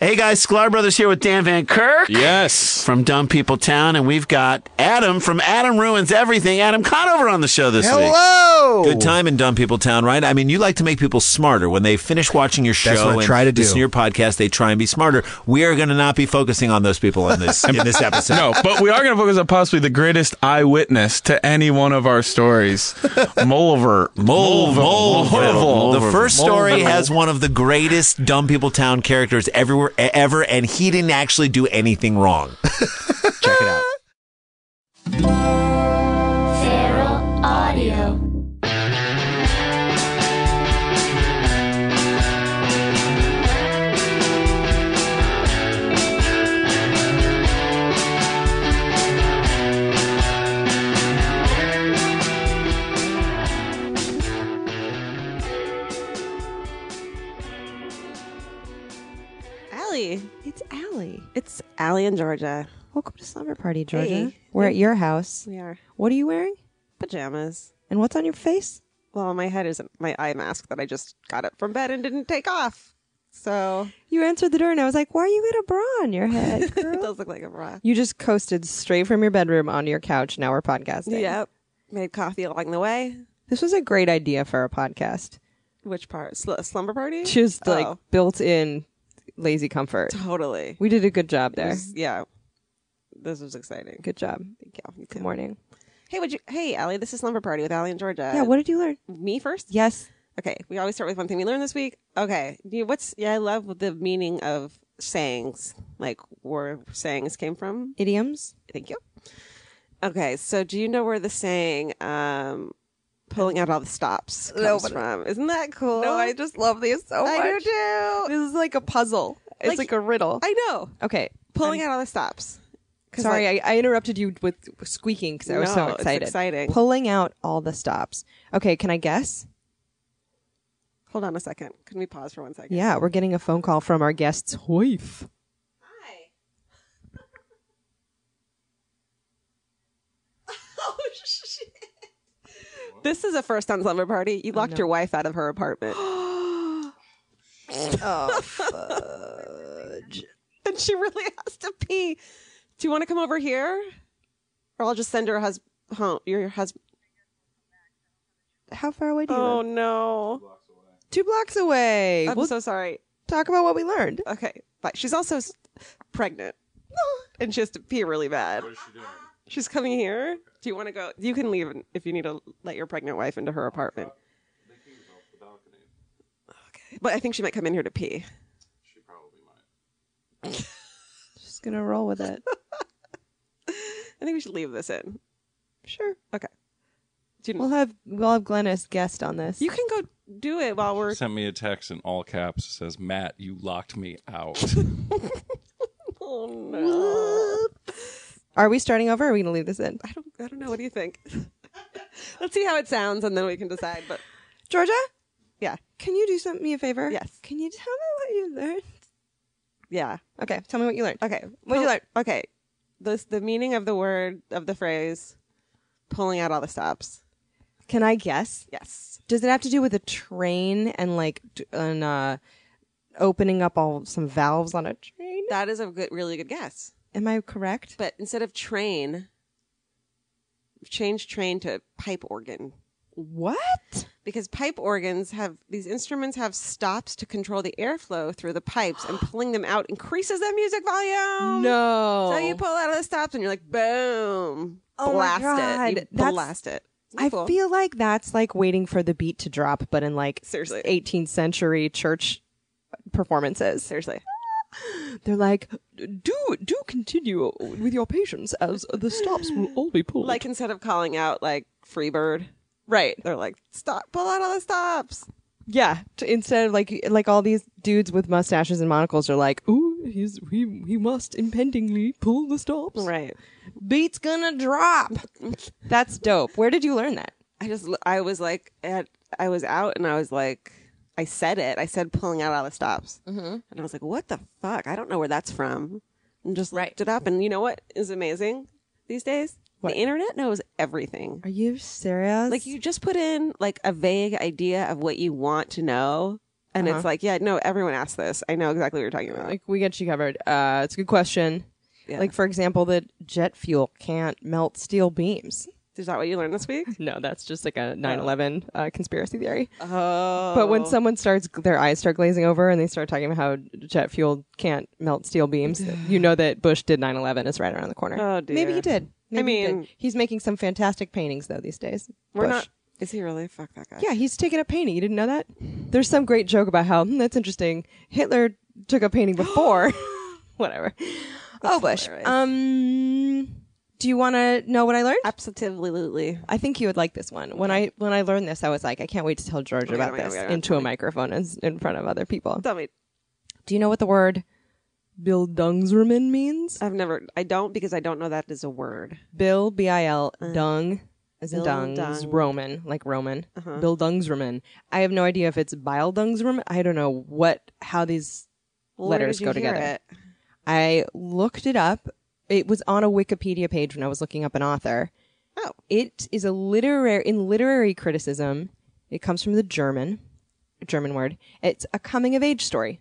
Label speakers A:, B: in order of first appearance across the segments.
A: Hey guys, Sklar Brothers here with Dan Van Kirk
B: Yes.
A: from Dumb People Town, and we've got Adam from Adam Ruins Everything, Adam Conover on the show this week.
C: Hello.
D: Good time in Dumb People Town, right? I mean, you like to make people smarter. When they finish watching your show
C: That's what I
D: and
C: try to do.
D: listen to your podcast, they try and be smarter. We are going to not be focusing on those people in this in this episode.
B: No, Oh, but we are going to focus on possibly the greatest eyewitness to any one of our stories, Mulver.
D: Mole, Mole,
B: Mulver.
D: The first story has one of the greatest Dumb People Town characters everywhere e-, ever, and he didn't actually do anything wrong. Check it out.
E: Feral Audio.
F: Allie. It's Allie. It's Allie in Georgia. Welcome to Slumber
G: party, Georgia.
F: Hey.
G: We're at your house.
F: We are
G: What are you wearing?
F: pajamas.
G: And what's on your face?
F: Well, my head is my eye mask that I just got up from bed and didn't take off. So
G: You answered the door, and I was like, "Why are you got a bra on your head,
F: it
G: girl?"
F: does look like a bra.
G: you just coasted straight from your bedroom onto your couch. Now we're podcasting.
F: Yep. Made coffee along the way.
G: this was a great idea for a podcast.
F: Which part? Sl- slumber party?
G: Just like
F: Oh,
G: built-in lazy comfort.
F: totally.
G: We did a good job there.
F: This- yeah. This was exciting.
G: Good job.
F: Thank you. You
G: Good
F: too.
G: morning.
F: Hey, would you? Hey, Allie. This is Slumber Party with Allie and Georgia.
G: yeah. What did you learn?
F: Me first.
G: Yes.
F: Okay, we always start with one thing we learned this week. Okay, do you- what's yeah? I love the meaning of sayings, like where sayings came from.
G: Idioms.
F: Thank you. Okay, so do you know where the saying um, "pulling out all the stops" comes from? Isn't that cool?
G: just love these so
F: I do too.
G: This is like a puzzle. It's
F: Like-
G: like, a riddle.
F: I know.
G: okay.
F: Pulling out all the stops. 'Cause,
G: Sorry,
F: like,
G: I, I interrupted you with squeaking because I was
F: No,
G: so
F: it's
G: excited.
F: exciting.
G: Pulling out all the stops. Okay, can I guess?
F: hold on a second. Can we pause for one second?
G: Yeah, we're getting a phone call from our guest's wife.
F: Hi. oh shit! This is a first on slumber party. You locked your wife out of her apartment,
G: Oh,
F: and she really has to pee. Do you want to come over here, or I'll just send her hus- home? Your husband.
G: how far away do you
F: Oh
G: live?
F: no!
G: Two blocks away.
F: I'm
G: we'll
F: so sorry.
G: talk about what we learned.
F: Okay, bye. She's also s- pregnant, and she has to pee really bad. What is she doing? She's coming here. Do you want to go? You can leave if you need to let your pregnant wife into her apartment. Okay, but I think she might come in here to pee.
G: Just gonna roll with it.
F: I think we should leave this in.
G: sure.
F: Do you,
G: We'll have we'll have Glennis guest on this.
F: you can go do it while we're.
B: Sent me a text in all caps that says, Matt, you locked me out.
F: Oh no!
G: Are we starting over? Or are we gonna leave this in?
F: I don't. I don't know. What do you think? Let's see how it sounds, and then we can decide. But
G: Georgia,
F: yeah,
G: can you do some, me a favor?
F: Yes.
G: Can you tell me what you learned?
F: yeah.
G: Okay, tell me what you learned.
F: Okay.
G: What'd you learn?
F: Okay. This the meaning of the word of the phrase pulling out all the stops.
G: Can I guess?
F: Yes.
G: Does it have to do with a train and like d- an uh, opening up all some valves on a train?
F: That is a good really good guess.
G: Am I correct?
F: But instead of train, change train to pipe organ.
G: what?
F: Because pipe organs have these instruments have stops to control the airflow through the pipes and pulling them out increases the music
G: Um,
F: volume.
G: No.
F: So you pull out of the stops and you're like, boom.
G: Oh my
F: blast it.
G: God.
F: You
G: That's-
F: blast it. Isn't that
G: I
F: cool?
G: feel like that's like waiting for the beat to drop, but in like
F: Seriously.
G: 18th century church performances.
F: seriously.
G: They're like, do do continue with your patience as the stops will all be pulled.
F: Like instead of calling out like Freebird,
G: right.
F: they're like, stop, pull out all the stops.
G: Yeah. T- instead of like like all these dudes with mustaches and monocles are like, ooh, he's he he must impendingly pull the stops.
F: Right.
G: Beat's gonna drop. That's dope. Where did you learn that?
F: I just, I was like, at, I was out and I was like, I said it. I said pulling out all the stops. Mm-hmm. And I was like, what the fuck? I don't know where that's from. And just looked it up. And you know what is amazing these days?
G: What?
F: The internet knows everything.
G: Are you serious?
F: Like you just put in like a vague idea of what you want to know. And it's like, yeah, no, everyone asked this. I know exactly what you're talking about.
G: Uh-huh. Like we get you covered. Uh, it's a good question.
F: Yeah.
G: Like for example, that jet fuel can't melt steel beams.
F: is that what you learned this week?
G: No, that's just like a 9/11 uh, conspiracy theory.
F: Oh,
G: But when someone starts, their eyes start glazing over, and they start talking about how jet fuel can't melt steel beams, you know that Bush did 9/11. It's right around the corner.
F: Oh, dear.
G: Maybe he did. Maybe he did.
F: mean-
G: he's making some fantastic paintings though these days.
F: we're
G: Bush.
F: not. Is he really? Fuck that guy.
G: Yeah, he's taking a painting. You didn't know that? There's some great joke about how hmm, that's interesting. Hitler took a painting before. Whatever. oh, Bush.
F: hilarious.
G: Um, do you want to know what I learned? I,
F: absolutely.
G: think you would like this one. When I when I learned this, I was like, I can't wait to tell George
F: my God,
G: about
F: oh my God,
G: this
F: oh my God,
G: into a microphone in, in front of other people.
F: Tell me.
G: Do you know what the word Bildungsrahmen means?
F: I've never. I don't because I don't know that is a word.
G: Bill, B I L, dung, as in
F: Bill,
G: dungs,
F: dung.
G: Roman, like Roman. Bill Dungsraman. I have no idea if it's Bile Dungsraman. I don't know what, how these
F: where
G: letters
F: did you
G: go
F: hear
G: together.
F: it?
G: I looked it up. It was on a Wikipedia page when I was looking up an author.
F: Oh.
G: It is a literary, in literary criticism, it comes from the German, German word. It's a coming of age story.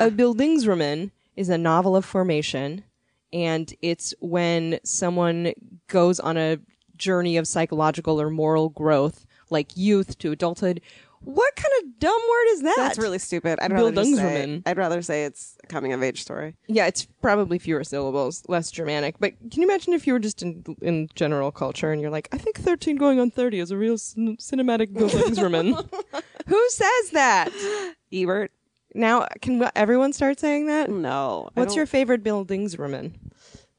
G: A Bildungsroman is a novel of formation, and it's when someone goes on a journey of psychological or moral growth, like youth to adulthood. What kind of dumb word is that?
F: That's really stupid. I'd rather just say.
G: Bildungsroman.
F: I'd rather say it's a coming of age story.
G: Yeah, it's probably fewer syllables, less Germanic. But can you imagine if you were just in in general culture and you're like, I think 13 going on 30 is a real cin- cinematic Bildungsroman. Who says that?
F: Ebert.
G: Now, can we- everyone start saying that?
F: No. I
G: What's
F: don't-
G: your favorite Bildungsroman?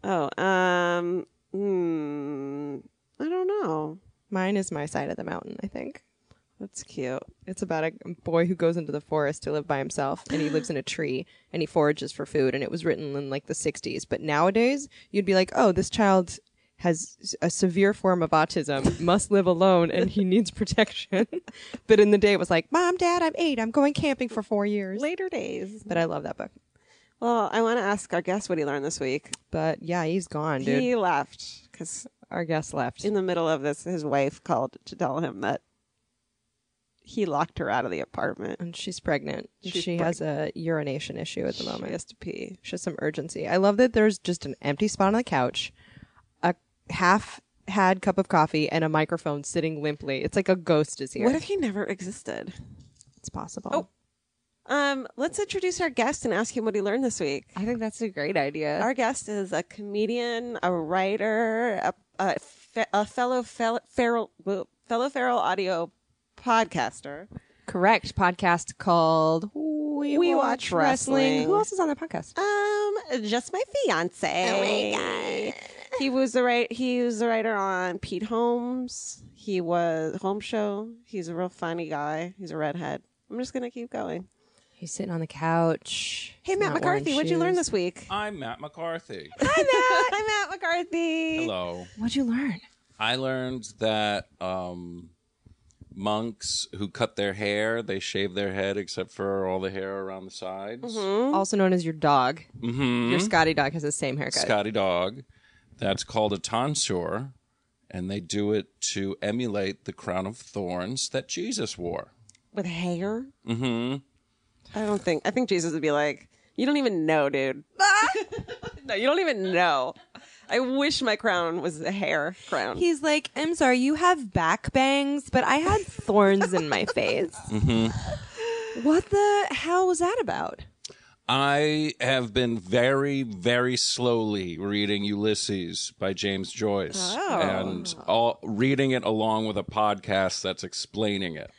F: Oh. Um. Hmm. I don't know.
G: Mine is My Side of the Mountain, I think.
F: That's cute.
G: It's about a boy who goes into the forest to live by himself and he lives in a tree and he forages for food and it was written in like the 60s. But nowadays, you'd be like, "Oh, this child has a severe form of autism, must live alone and he needs protection." but in the day it was like, "Mom, dad, I'm 8. I'm going camping for 4 years."
F: Later days.
G: But I love that book.
F: Well, I want to ask our guest what he learned this week.
G: But yeah, he's gone, dude.
F: He left because
G: Our guest left.
F: in the middle of this, his wife called to tell him that he locked her out of the apartment.
G: and she's pregnant.
F: She's
G: she has a urination issue at the moment.
F: She has to pee.
G: It's just some urgency. I love that there's just an empty spot on the couch, a half had cup of coffee, and a microphone sitting limply. It's like a ghost is here.
F: What if he never existed?
G: it's possible?
F: Um, let's introduce our guest and ask him what he learned this week.
G: I think that's a great idea.
F: Our guest is a comedian, a writer, a, a, fe- a fellow fel- feral, whoa, fellow feral audio podcaster.
G: Correct podcast called We,
F: We Watch Wrestling.
G: Who else is on the podcast?
F: Um, just my fiance. He was the right. He was the writer on Pete Holmes. He was Home Show. He's a real funny guy. He's a redhead. I'm just gonna keep going.
G: He's sitting on the couch.
F: Hey, Matt McCarthy, what'd you learn this week?
C: I'm Matt McCarthy.
F: Hi, Matt. Matt McCarthy.
C: Hello.
G: What'd you learn?
C: I learned that um, monks who cut their hair, they shave their head except for all the hair around the sides.
G: Also known as your dog.
C: Mhm.
G: Your Scotty dog has the same haircut.
C: Scotty dog. That's called a tonsure, and they do it to emulate the crown of thorns that Jesus wore.
F: With hair?
C: hmm
F: I don't think. I think Jesus would be like, you don't even know, dude. no, you don't even know. I wish my crown was a hair crown.
G: He's like, I'm sorry, you have back bangs, but I had thorns in my face.
C: Mm-hmm.
G: What the hell was that about?
C: I have been very, very slowly reading Ulysses by James Joyce and all, reading it along with a podcast that's explaining it.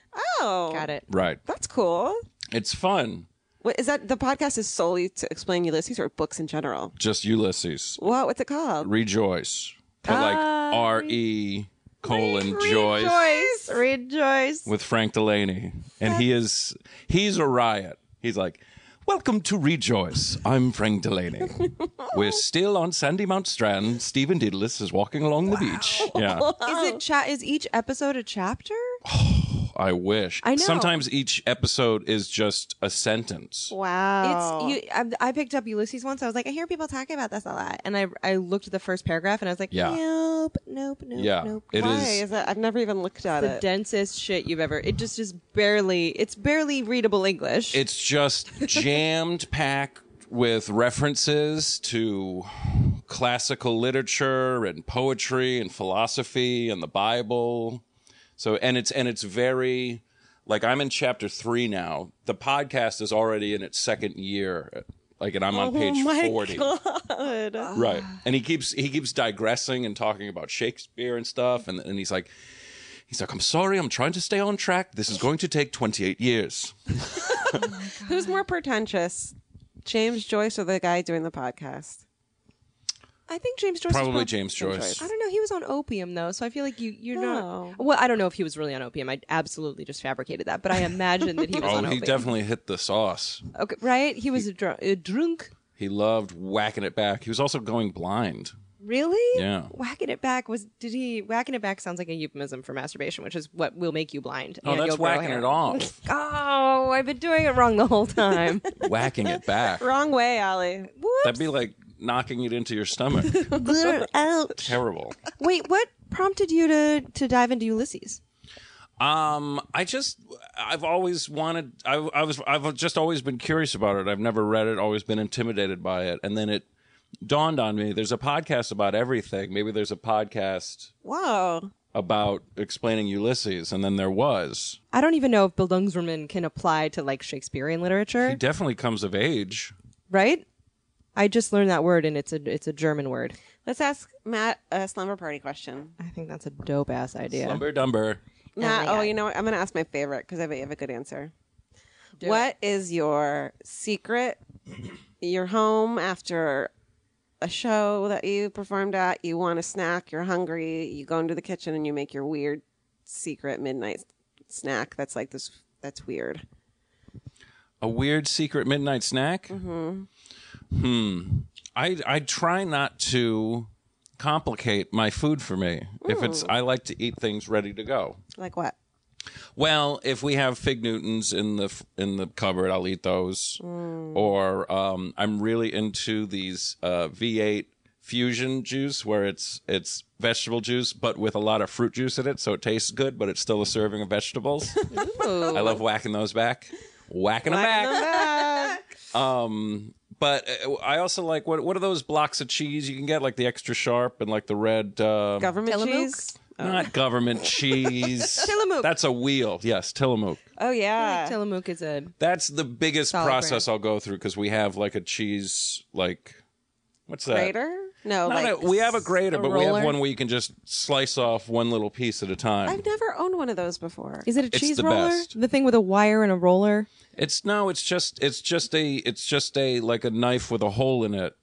F: oh,
G: Got it.
C: Right.
F: That's cool.
C: It's fun.
F: What is that? The podcast is solely to explain Ulysses or books in general.
C: Just Ulysses.
F: What? What's it called?
C: Rejoice. But like R E colon Joyce
G: Rejoice, rejoice.
C: with Frank Delaney. And he is, he's a riot. He's like, Welcome to Rejoice. I'm Frank Delaney. We're still on Sandy Mount Strand. Stephen
G: Oh.
C: Dedalus is walking along the beach. Yeah.
G: Is it cha- is each episode a chapter?
C: I wish.
G: I know.
C: Sometimes each episode is just a sentence.
F: Wow.
G: It's you. I, I picked up Ulysses once. I was like, I hear people talking about this a lot, and I I looked at the first paragraph and I was like,
C: Yeah.
G: nope, nope, nope,
C: Yeah.
G: nope.
C: It
F: Why
C: is-
F: is that? I've never even looked at
G: the
F: it.
G: densest shit you've ever. It just is barely. It's barely readable English.
C: It's just jammed packed with references to classical literature and poetry and philosophy and the Bible. So and it's and it's very like I'm in chapter 3 now. The podcast is already in its second year. Like and I'm on page 40. Right. And he keeps he keeps digressing and talking about Shakespeare and stuff and and he's like he's like I'm sorry, I'm trying to stay on track. This is going to take 28 years.
F: Who's more pretentious, James Joyce or the guy doing the podcast?
G: I think James Joyce. is
C: Probably
G: prob-
C: James Joyce.
G: I don't know. He was on opium though, so I feel like you you're
F: No.
G: not. Well, I don't know if he was really on opium. I absolutely just fabricated that, but I imagine that he was
C: Oh,
G: on
C: he
G: opium.
C: definitely hit the sauce.
G: Okay, right? He was a, dr- a drunk.
C: He loved whacking it back. He was also going blind.
G: Really?
C: Yeah.
G: Whacking it back was did he whacking it back sounds like a euphemism for masturbation, which is what will make you blind.
C: Oh,
G: and
C: that's
G: you'll grow
C: whacking
G: hair.
C: it off.
G: Oh, I've been doing it wrong the whole time.
C: whacking it back.
F: Wrong way, Ollie.
C: That'd be like knocking it into your stomach.
G: Ouch.
C: Terrible.
G: Wait, what prompted you to to dive into Ulysses?
C: Um, I just, I've always wanted. I, I was, I've just always been curious about it. I've never read it. Always been intimidated by it. And then it dawned on me. There's a podcast about everything. Maybe there's a podcast
F: Whoa.
C: about explaining Ulysses. And then there was.
G: I don't even know if Bildungsroman can apply to like Shakespearean
C: He
G: literature,
C: definitely comes of age.
G: right? I just learned that word and it's a it's a German word.
F: Let's ask Matt a slumber party question.
G: I think that's a dope ass idea.
C: Lumber dumber.
F: Matt, oh, you know what? I'm going to ask my favorite because I bet you have a good answer. What is your secret? Your home after a show that you performed at, you want a snack, you're hungry, you go into the kitchen and you make your weird secret midnight snack that's like this, that's weird.
C: A weird secret midnight snack? Mm-hmm. Hmm. I I try not to complicate my food for me. If it's I like to eat things ready to go.
F: Like what?
C: Well, if we have fig Newtons in the f- in the cupboard, I'll eat those. Or um, I'm really into these uh, V8 fusion juice where it's it's vegetable juice but with a lot of fruit juice in it, so it tastes good, but it's still a serving of vegetables. I love whacking those back, whacking, them back. Um, but uh, I also like what what are those blocks of cheese you can get like the extra sharp and like the red uh,
F: Government
G: Tillamook?
F: cheese?
C: not government cheese.
G: Tillamook.
C: That's a wheel. Yes, Tillamook.
F: Oh, yeah.
G: Tillamook is a
C: That's the biggest
G: Solid
C: process I'll go through because we have like a cheese like what's that?
F: Grater? No,
C: Not
F: like
C: a- we have a grater,
G: a
C: but we have
G: roller?
C: one where you can just slice off one little piece at a time.
F: I've never owned one of those before.
G: Is it a
C: It's
G: cheese
C: the
G: roller?
C: best.
G: The thing with a wire and a roller?
C: It's no, it's just it's just a it's just a like a knife with a hole in it.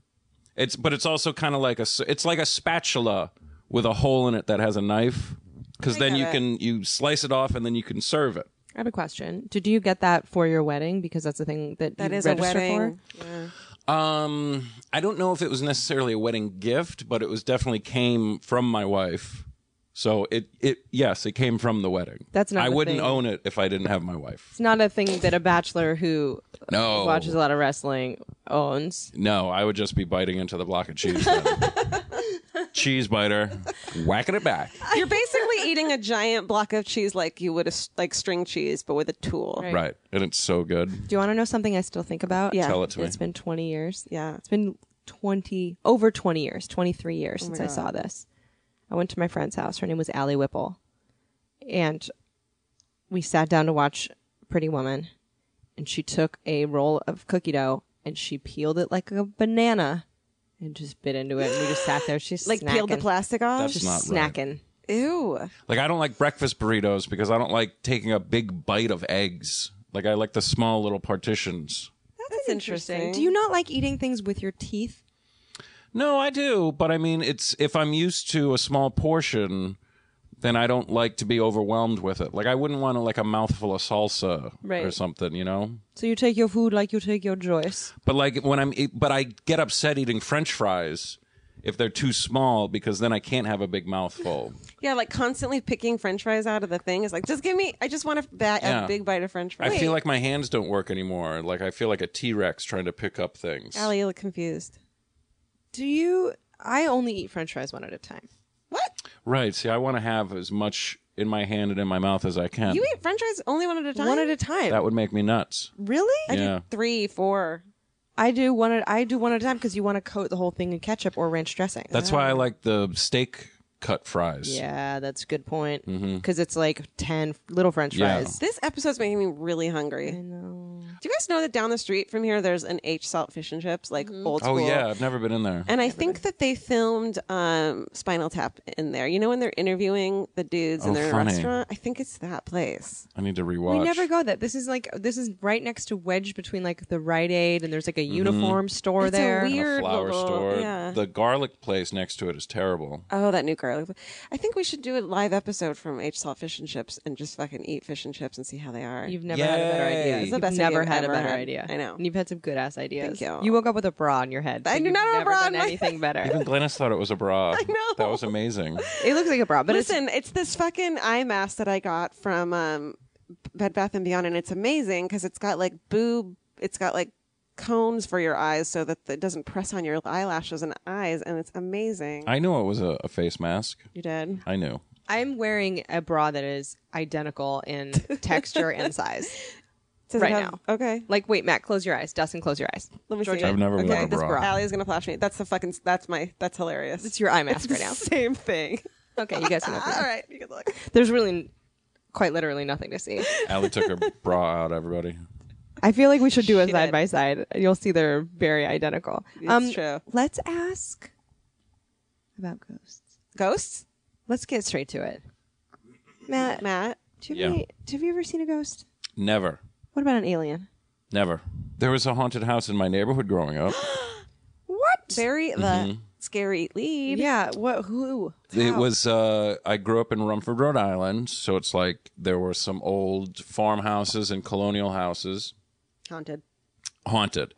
C: It's but it's also kind of like a s- it's like a spatula with a hole in it that has a knife because then
F: get
C: you
F: it.
C: can you slice it off and then you can serve it.
G: I have a question. Did you get that for your wedding? Because that's the thing that
F: that
G: you
F: is a
G: register
F: wedding.
G: for.
C: Um, I don't know if it was necessarily a wedding gift, but it was definitely came from my wife. So it it yes, it came from the wedding.
G: That's not
C: I
G: the
C: wouldn't
G: thing.
C: own it if I didn't have my wife.
G: It's not a thing that a bachelor who
C: No.
G: watches a lot of wrestling owns.
C: No, I would just be biting into the block of cheese. then. cheese biter, whacking it back.
F: You're basically eating a giant block of cheese like you would a, s- like string cheese, but with a tool.
C: Right. And it's so good.
G: Do you want to know something I still think about?
F: Yeah.
C: Tell it to me.
G: It's been 20 years.
F: Yeah.
G: It's been 20, over 20 years, 23 years
F: Oh
G: since I saw this. I went to my friend's house. Her name was Allie Whipple. And we sat down to watch Pretty Woman. And she took a roll of cookie dough and she peeled it like a banana and just bit into it. And we just sat there. She's
F: Like peeled the
G: snacking.
F: plastic off.
C: That's-
G: Just
C: Not right.
G: snacking.
F: Ew.
C: Like I don't like breakfast burritos because I don't like taking a big bite of eggs. Like I like the small little partitions.
F: That's interesting.
G: Do you not like eating things with your teeth?
C: No, I do, but I mean it's if I'm used to a small portion, then I don't like to be overwhelmed with it. Like I wouldn't want to like a mouthful of salsa or
G: Right.
C: something, you know?
G: So you take your food like you take your Joyce.
C: e, But like when I'm, eat- but I get upset eating French fries if they're too small because then I can't have a big mouthful.
F: Yeah, like constantly picking French fries out of the thing is like, just give me. I just want a, ba-
C: Yeah.
F: a big bite of French fries.
C: I feel like my hands don't work anymore. Like I feel like a T Rex trying to pick up things.
F: Allie, you look confused.
G: Do you? I only eat French fries one at a time.
C: Right. See, I want to have as much in my hand and in my mouth as I can.
F: You eat French fries only one at a time.
G: One at a time.
C: that would make me nuts.
G: really? I,
C: yeah.
F: three, four.
G: I do one. At, I do one at a time because you want to coat the whole thing in ketchup or ranch dressing.
C: That's why I like the steak cut fries.
G: Yeah, that's a good point. Because it's like ten little French
C: Mm-hmm. Yeah.
G: fries.
F: This episode's making me really hungry.
G: I know.
F: Do you guys know that down the street from here, there's an H Salt Fish and Chips, like old
C: Oh
F: school?
C: yeah, I've never been in there.
F: And Mm-hmm. I think that they filmed um, Spinal Tap in there. You know when they're interviewing the dudes
C: Oh,
F: in their
C: funny.
F: restaurant? I think it's that place.
C: I need to rewatch.
G: We never go that. This is like this is right next to wedge between like the Rite Aid and there's like a
C: Mm-hmm.
G: uniform store
F: It's a
G: there.
F: weird-
C: the flower
F: little-
C: store.
F: yeah.
C: The garlic place next to it is terrible.
F: Oh, that new garlic. I think we should do a live episode from H Salt Fish and Chips and just fucking eat fish and chips and see how they are.
G: You've never had a better
C: Yay.
G: idea.
C: It's the
G: You've
F: best idea
G: never
F: I've
G: had a
F: ever
G: better
F: had.
G: idea.
F: I know.
G: And you've had some good ass ideas.
F: Thank you.
G: You woke up with a bra on your head.
F: I
G: so
F: do
G: you've
F: not have a
G: never
F: bra
G: done
F: on my
G: anything
C: Even
G: better.
C: Glennis thought it was a bra. I
F: know.
C: That was amazing.
G: it looks like a bra, but it's
F: Listen, it's this fucking eye mask that I got from um, Bed Bath and Beyond, and it's amazing because it's got like boob, it's got like cones for your eyes so that it doesn't press on your eyelashes and eyes, and it's amazing.
C: I knew it was a, a face mask.
F: you did.
C: I knew.
G: I'm wearing a bra that is identical in texture and size.
F: Does it
G: Right
F: have-
G: now.
F: Okay.
G: Like, wait, Matt, close your eyes. Dustin, close your eyes.
F: Let me see.
C: I've never
F: okay.
C: worn a
F: this
C: bra.
G: bra.
F: Allie's gonna flash me. That's the fucking. That's my. That's hilarious.
G: It's your eye mask
F: the
G: right now.
F: Same thing.
G: Okay, you guys can open
F: All
G: it.
F: right. You can look.
G: There's really, quite literally nothing to see.
C: Allie took her bra out. Everybody.
G: I feel like we should do a side by side. You'll see they're very identical. Um,
F: true.
G: Let's ask about ghosts.
F: Ghosts.
G: Let's get straight to it. Matt,
F: Matt.
G: do you
C: Yeah.
G: have, any, do- have you ever seen a ghost?
C: Never.
G: What about an alien?
C: Never. There was a haunted house in my neighborhood growing up.
G: What?
F: Bury the
C: Mm-hmm.
F: scary lead.
G: yeah. What? Who?
C: It was uh I grew up in Rumford, Rhode Island, so it's like there were some old farmhouses and colonial houses
F: Haunted.
C: haunted.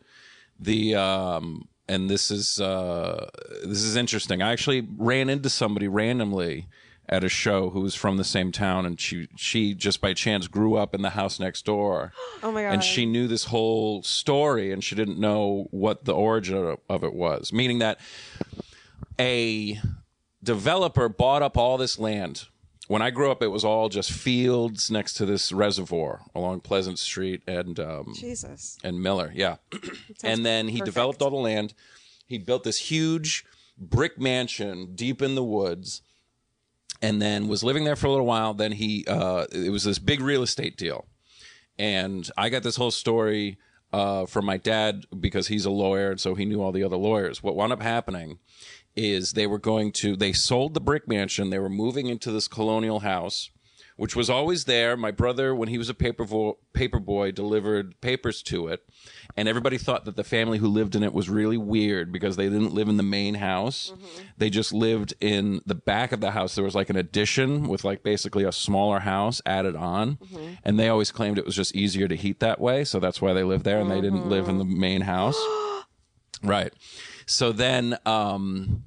C: The um and this is uh this is interesting. I actually ran into somebody randomly at a show who was from the same town and she she just by chance grew up in the house next door.
F: Oh my god.
C: and she knew this whole story and she didn't know what the origin of it was meaning that a developer bought up all this land when i grew up it was all just fields next to this reservoir along pleasant street and um,
F: Jesus.
C: and Miller, yeah. and then he developed all the land. He built this huge brick mansion deep in the woods, and then was living there for a little while. Then he, uh, it was this big real estate deal, and I got this whole story uh, from my dad because he's a lawyer, and so he knew all the other lawyers. What wound up happening is they were going to they sold the brick mansion. They were moving into this colonial house which was always there. My brother, when he was a paper, vo- paper boy, delivered papers to it. And everybody thought that the family who lived in it was really weird because they didn't live in the main house. They just lived in the back of the house. There was like an addition with like basically a smaller house added on. And they always claimed it was just easier to heat that way. So that's why they lived there and they didn't live in the main house. right. So then, um,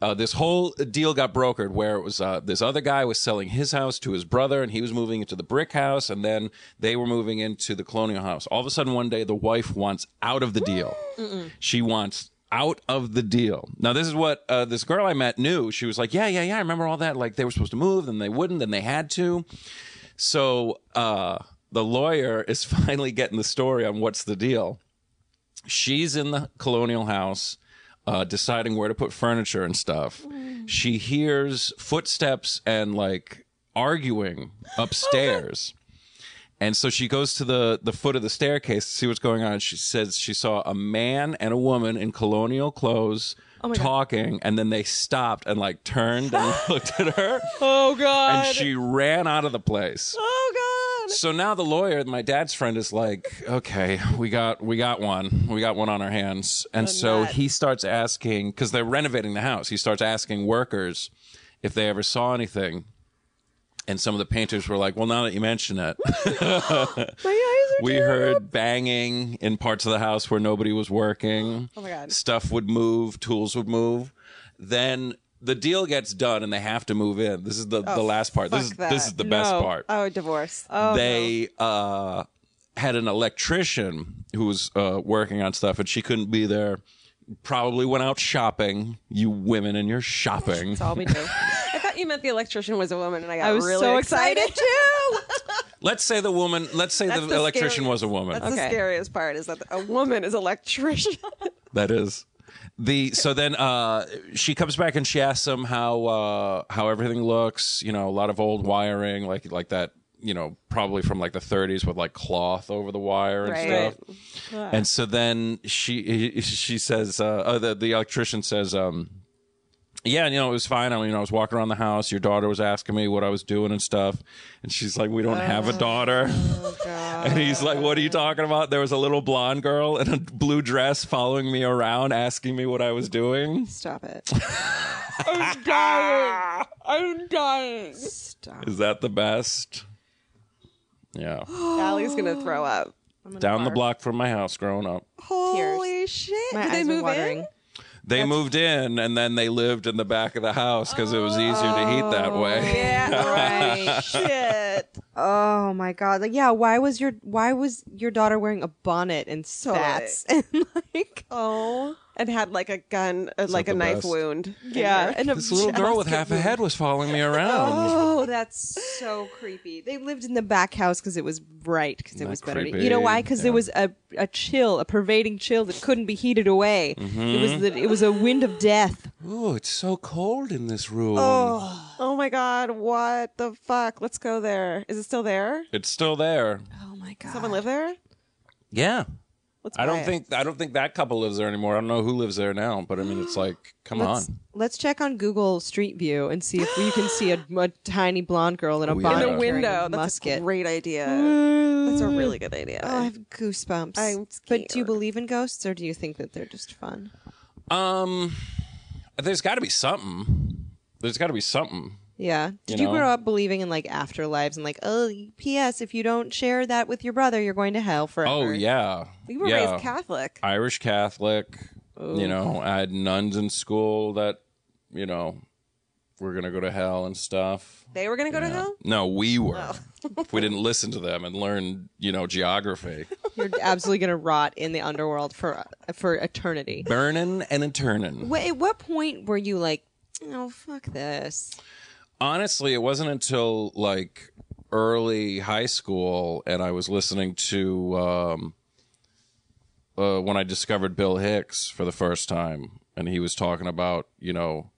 C: uh, this whole deal got brokered where it was uh, this other guy was selling his house to his brother and he was moving into the brick house and then they were moving into the colonial house all of a sudden one day the wife wants out of the deal she wants out of the deal now this is what uh, this girl i met knew she was like yeah yeah yeah i remember all that like they were supposed to move then they wouldn't then they had to so uh, the lawyer is finally getting the story on what's the deal she's in the colonial house uh, deciding where to put furniture and stuff she hears footsteps and like arguing upstairs and so she goes to the the foot of the staircase to see what's going on she says she saw a man and a woman in colonial clothes talking and then they stopped and like turned and looked at her
G: Oh God.
C: and she ran out of the place
G: oh God.
C: so now the lawyer, my dad's friend, is like, okay, we got we got one, we got one on our hands, and so he starts asking because they're renovating the house. He starts asking workers if they ever saw anything, and some of the painters were like, well, now that you mention it,
G: My eyes are.
C: we heard banging in parts of the house where nobody was working. Oh my god! Stuff would move, tools would move. then the deal gets done and they have to move in. This is the, the last part. This is
F: Oh, Fuck
C: this
F: that.
C: is the best
F: No.
C: part.
F: Oh, divorce. Oh,
C: they uh, had an electrician who was uh, working on stuff and she couldn't be there. Probably went out shopping. You women and your shopping.
F: that's all we do. I thought you meant the electrician was a woman, and I got
G: I was
F: really
G: so
F: excited.
G: excited, too.
C: Let's say the woman. Let's say the,
F: That's the
C: electrician
F: scariest-
C: was a woman.
F: That's the
G: Okay.
F: scariest part is that a woman is electrician.
C: That is the so then uh she comes back and she asks him how uh how everything looks you know a lot of old wiring like like that you know probably from like the 30s with like cloth over the wire and
F: Right.
C: stuff and so then she she says uh oh, the, the electrician says um yeah, and, you know, it was fine. I mean, you know, I was walking around the house. Your daughter was asking me what I was doing and stuff. And she's like, We don't have a
F: Uh.
C: daughter. and he's like, What are you talking about? There was a little blonde girl in a blue dress following me around asking me what I was doing.
F: Stop it.
C: Is that the best? Yeah.
F: Allie's gonna throw up.
C: Down the block from my house growing up.
F: Holy shit!
G: My
F: Did
G: eyes
F: they move
G: are watering.
F: in?
C: They moved in and then they lived in the back of the house because it was easier to heat that way.
F: Yeah. Right. shit.
G: Oh my god! Like, yeah, why was your why was your daughter wearing a bonnet and spats and like
F: Oh, and had like a gun, uh, like
C: that
F: a
C: the
F: knife
C: best?
F: wound.
G: yeah? And a
C: This little girl with half a head was following me around.
G: Oh, that's so creepy. They lived in the back house because it was bright because it
C: Not
G: was better. To,
C: creepy,
G: you know why? Because
C: yeah.
G: there was a, a chill, a pervading chill that couldn't be heated away. It
C: Mm-hmm.
G: was the, it was a wind of death.
C: Ooh, it's so cold in this room.
F: Oh my god! What the fuck? Let's go there. Is it still there?
C: It's still there.
G: Oh my god!
F: Someone live there?
C: Yeah.
F: Let's
C: I
F: buy
C: don't
F: it.
C: think I don't think that couple lives there anymore. I don't know who lives there now, but I mean it's like, come
G: Let's,
C: on.
G: let's check on Google Street View and see if we can see a, a tiny blonde girl in a
C: We
G: bonnet
C: have
F: Oh, in a
C: Yeah.
G: carrying
F: window.
G: a
F: That's
G: musket.
F: a great idea. That's a really good idea.
G: Oh, I have goosebumps.
F: I'm
G: but do you
F: scared.
G: believe in ghosts or do you think that they're just fun?
C: Um there's gotta be something. There's gotta be something.
G: Yeah. Did
C: You
G: you,
C: know?
G: grow up believing in like afterlives and like, oh, P.S. If you don't share that with your brother, you're going to hell forever.
C: Oh yeah.
F: you were
C: yeah.
F: raised Catholic.
C: Irish Catholic. You know, I had nuns in school that, you know, were gonna go to hell and stuff.
F: They were gonna go to hell.
C: No, we were. If we didn't listen to them and learn, you know, geography.
G: You're absolutely going to rot in the underworld for for eternity.
C: Burning and a turning.
G: Wh- at what point were you like, oh fuck this?
C: honestly, it wasn't until like early high school and I was listening to um, uh, when I discovered Bill Hicks for the first time, and he was talking about you know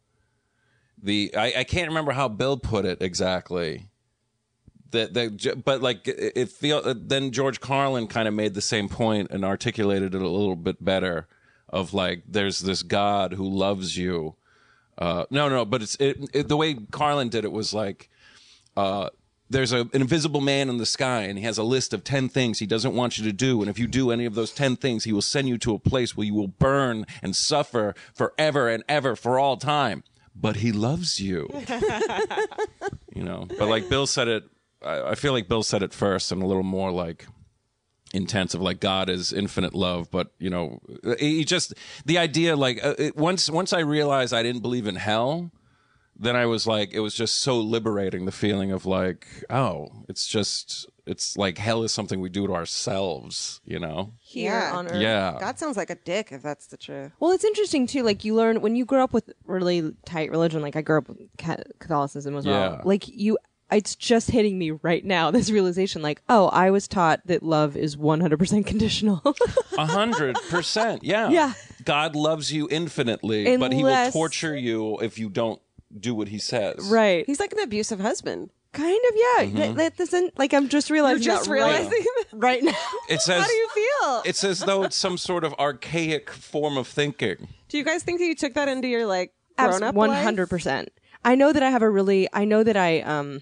C: the I, I can't remember how Bill put it exactly. That, that, but like it, it feel then George Carlin kind of made the same point and articulated it a little bit better of like there's this God who loves you uh, no, no, but it's it, it, the way Carlin did it was like uh, there's a, an invisible man in the sky, and he has a list of ten things he doesn't want you to do, and if you do any of those ten things, he will send you to a place where you will burn and suffer forever and ever for all time. But he loves you, you know. But like Bill said it, I, I feel like Bill said it first, and a little more like intense of like God is infinite love, but you know, he just the idea like uh, it, once once I realized I didn't believe in hell, then I was like, it was just so liberating the feeling of like, oh, it's just it's like hell is something we do to ourselves, you know?
G: Here
F: Yeah.
G: on earth.
C: Yeah,
F: God sounds like a dick if that's the truth.
G: Well, it's interesting too. Like you learn when you grow up with really tight religion. Like I grew up with Ca- Catholicism as
C: Yeah.
G: well. Like you, it's just hitting me right now. This realization, like, oh, I was taught that love is one hundred percent conditional.
C: a hundred percent. Yeah,
G: Yeah.
C: God loves you infinitely, but he will
G: Unless-
C: torture you if you don't do what he says.
G: right.
F: He's like an abusive husband.
G: Kind of, yeah.
C: Mm-hmm.
G: That, that doesn't like I'm just realizing.
F: You're just
G: that right-
F: realizing
G: right, now.
C: It says
F: How do you feel?
C: it's as though it's some sort of archaic form of thinking.
F: do you guys think that you took that into your like grown up
G: One hundred percent. I know that I have a really. I know that I um,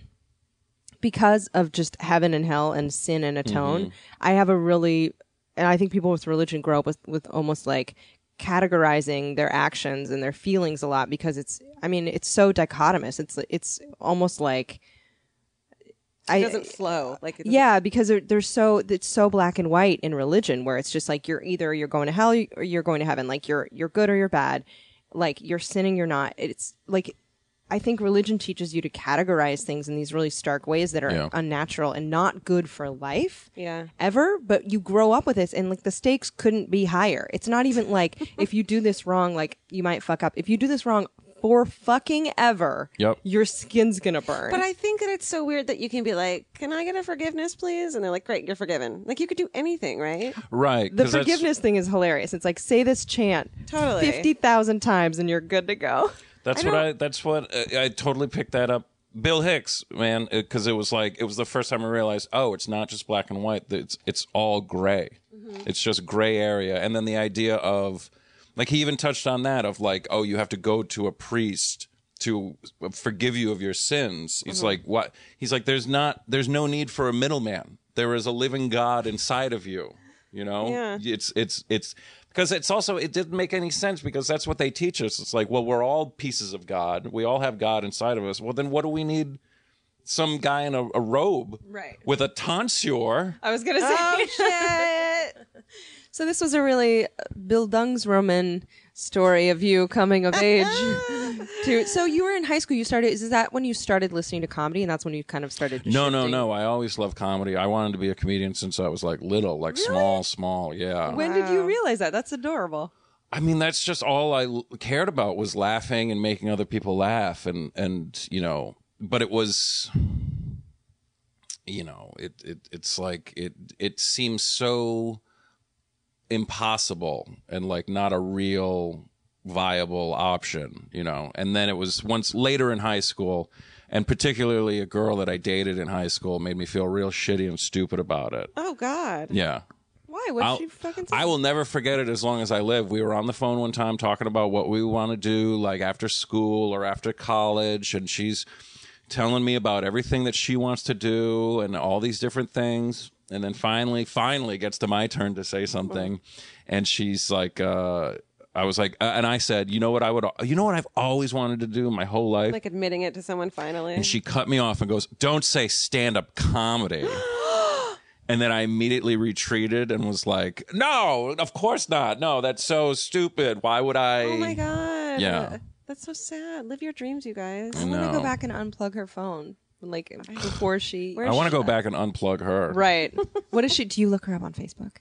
G: because of just heaven and hell and sin and atone. I have a really, and I think people with religion grow up with with almost like categorizing their actions and their feelings a lot because it's. I mean, it's so dichotomous. It's it's almost like.
F: It doesn't flow like it doesn't-
G: Yeah, because they're, they're so it's so black and white in religion, where it's just like you're either you're going to hell or you're going to heaven, like you're you're good or you're bad, like you're sinning, you're not. It's like I think religion teaches you to categorize things in these really stark ways that are
C: Yeah.
G: unnatural and not good for life.
F: Yeah.
G: Ever, but you grow up with this and like the stakes couldn't be higher. It's not even like if you do this wrong, like you might fuck up. If you do this wrong for fucking ever,
C: Yep.
G: your skin's gonna burn.
F: But I think that it's so weird that you can be like, "Can I get a forgiveness, please?" And they're like, "Great, you're forgiven." Like you could do anything, right?
C: Right.
G: the
C: 'cause that's-
G: forgiveness thing is hilarious. It's like say this chant
F: Totally.
G: fifty thousand times and you're good to go.
C: That's what I. That's what uh, I, I totally picked that up. Bill Hicks, man, because it was like it was the first time I realized, oh, it's not just black and white. It's it's all gray.
G: Mm-hmm.
C: It's just gray area. And then the idea of, like, he even touched on that of like, oh, you have to go to a priest to uh, forgive you of your sins.
G: Mm-hmm.
C: He's like, what? He's like, there's not, there's no need for a middleman. There is a living God inside of you. You know,
F: Yeah.
C: it's it's it's because it's also it didn't make any sense because that's what they teach us. It's like, well, we're all pieces of God. We all have God inside of us. Well, then what do we need? Some guy in a, a robe,
F: Right.
C: with a tonsure.
G: I was gonna say Oh,
F: shit!
G: So this was a really Bildungsroman story of you coming of age. to, so you were in high school. You started. Is that when you started listening to comedy, and that's when you kind of started?
C: No, no,
G: shifting?
C: no. I always loved comedy. I wanted to be a comedian since I was like little, like small, small. Yeah.
G: When did you realize that? That's adorable.
C: I mean, that's just all I l- cared about was laughing and making other people laugh, and and you know, but it was, you know, it it it's like it it seems so impossible and like not a real viable option, you know. And then it was once later in high school, and particularly a girl that I dated in high school made me feel real shitty and stupid about it.
F: Oh God!
C: Yeah.
F: Why? What
C: I'll-
F: did you fucking say?
C: I will never forget it as long as I live. We were on the phone one time talking about what we want to do, like after school or after college, and she's telling me about everything that she wants to do and all these different things. And then finally, finally gets to my turn to say something, and she's like, uh, "I was like," uh, and I said, "You know what I would, you know what I've always wanted to do my whole life."
F: like admitting it to someone finally.
C: And she cut me off and goes, Don't say stand up comedy. and then I immediately retreated and was like, No, of course not. No, that's so stupid. Why would I?
F: oh my God!
C: Yeah.
F: That's so sad. Live your dreams, you guys.
G: I want to
C: No.
G: go back and unplug her phone, like before she. Oh.
C: I want to go back and unplug her.
G: Right. what is she? Do you look her up on Facebook?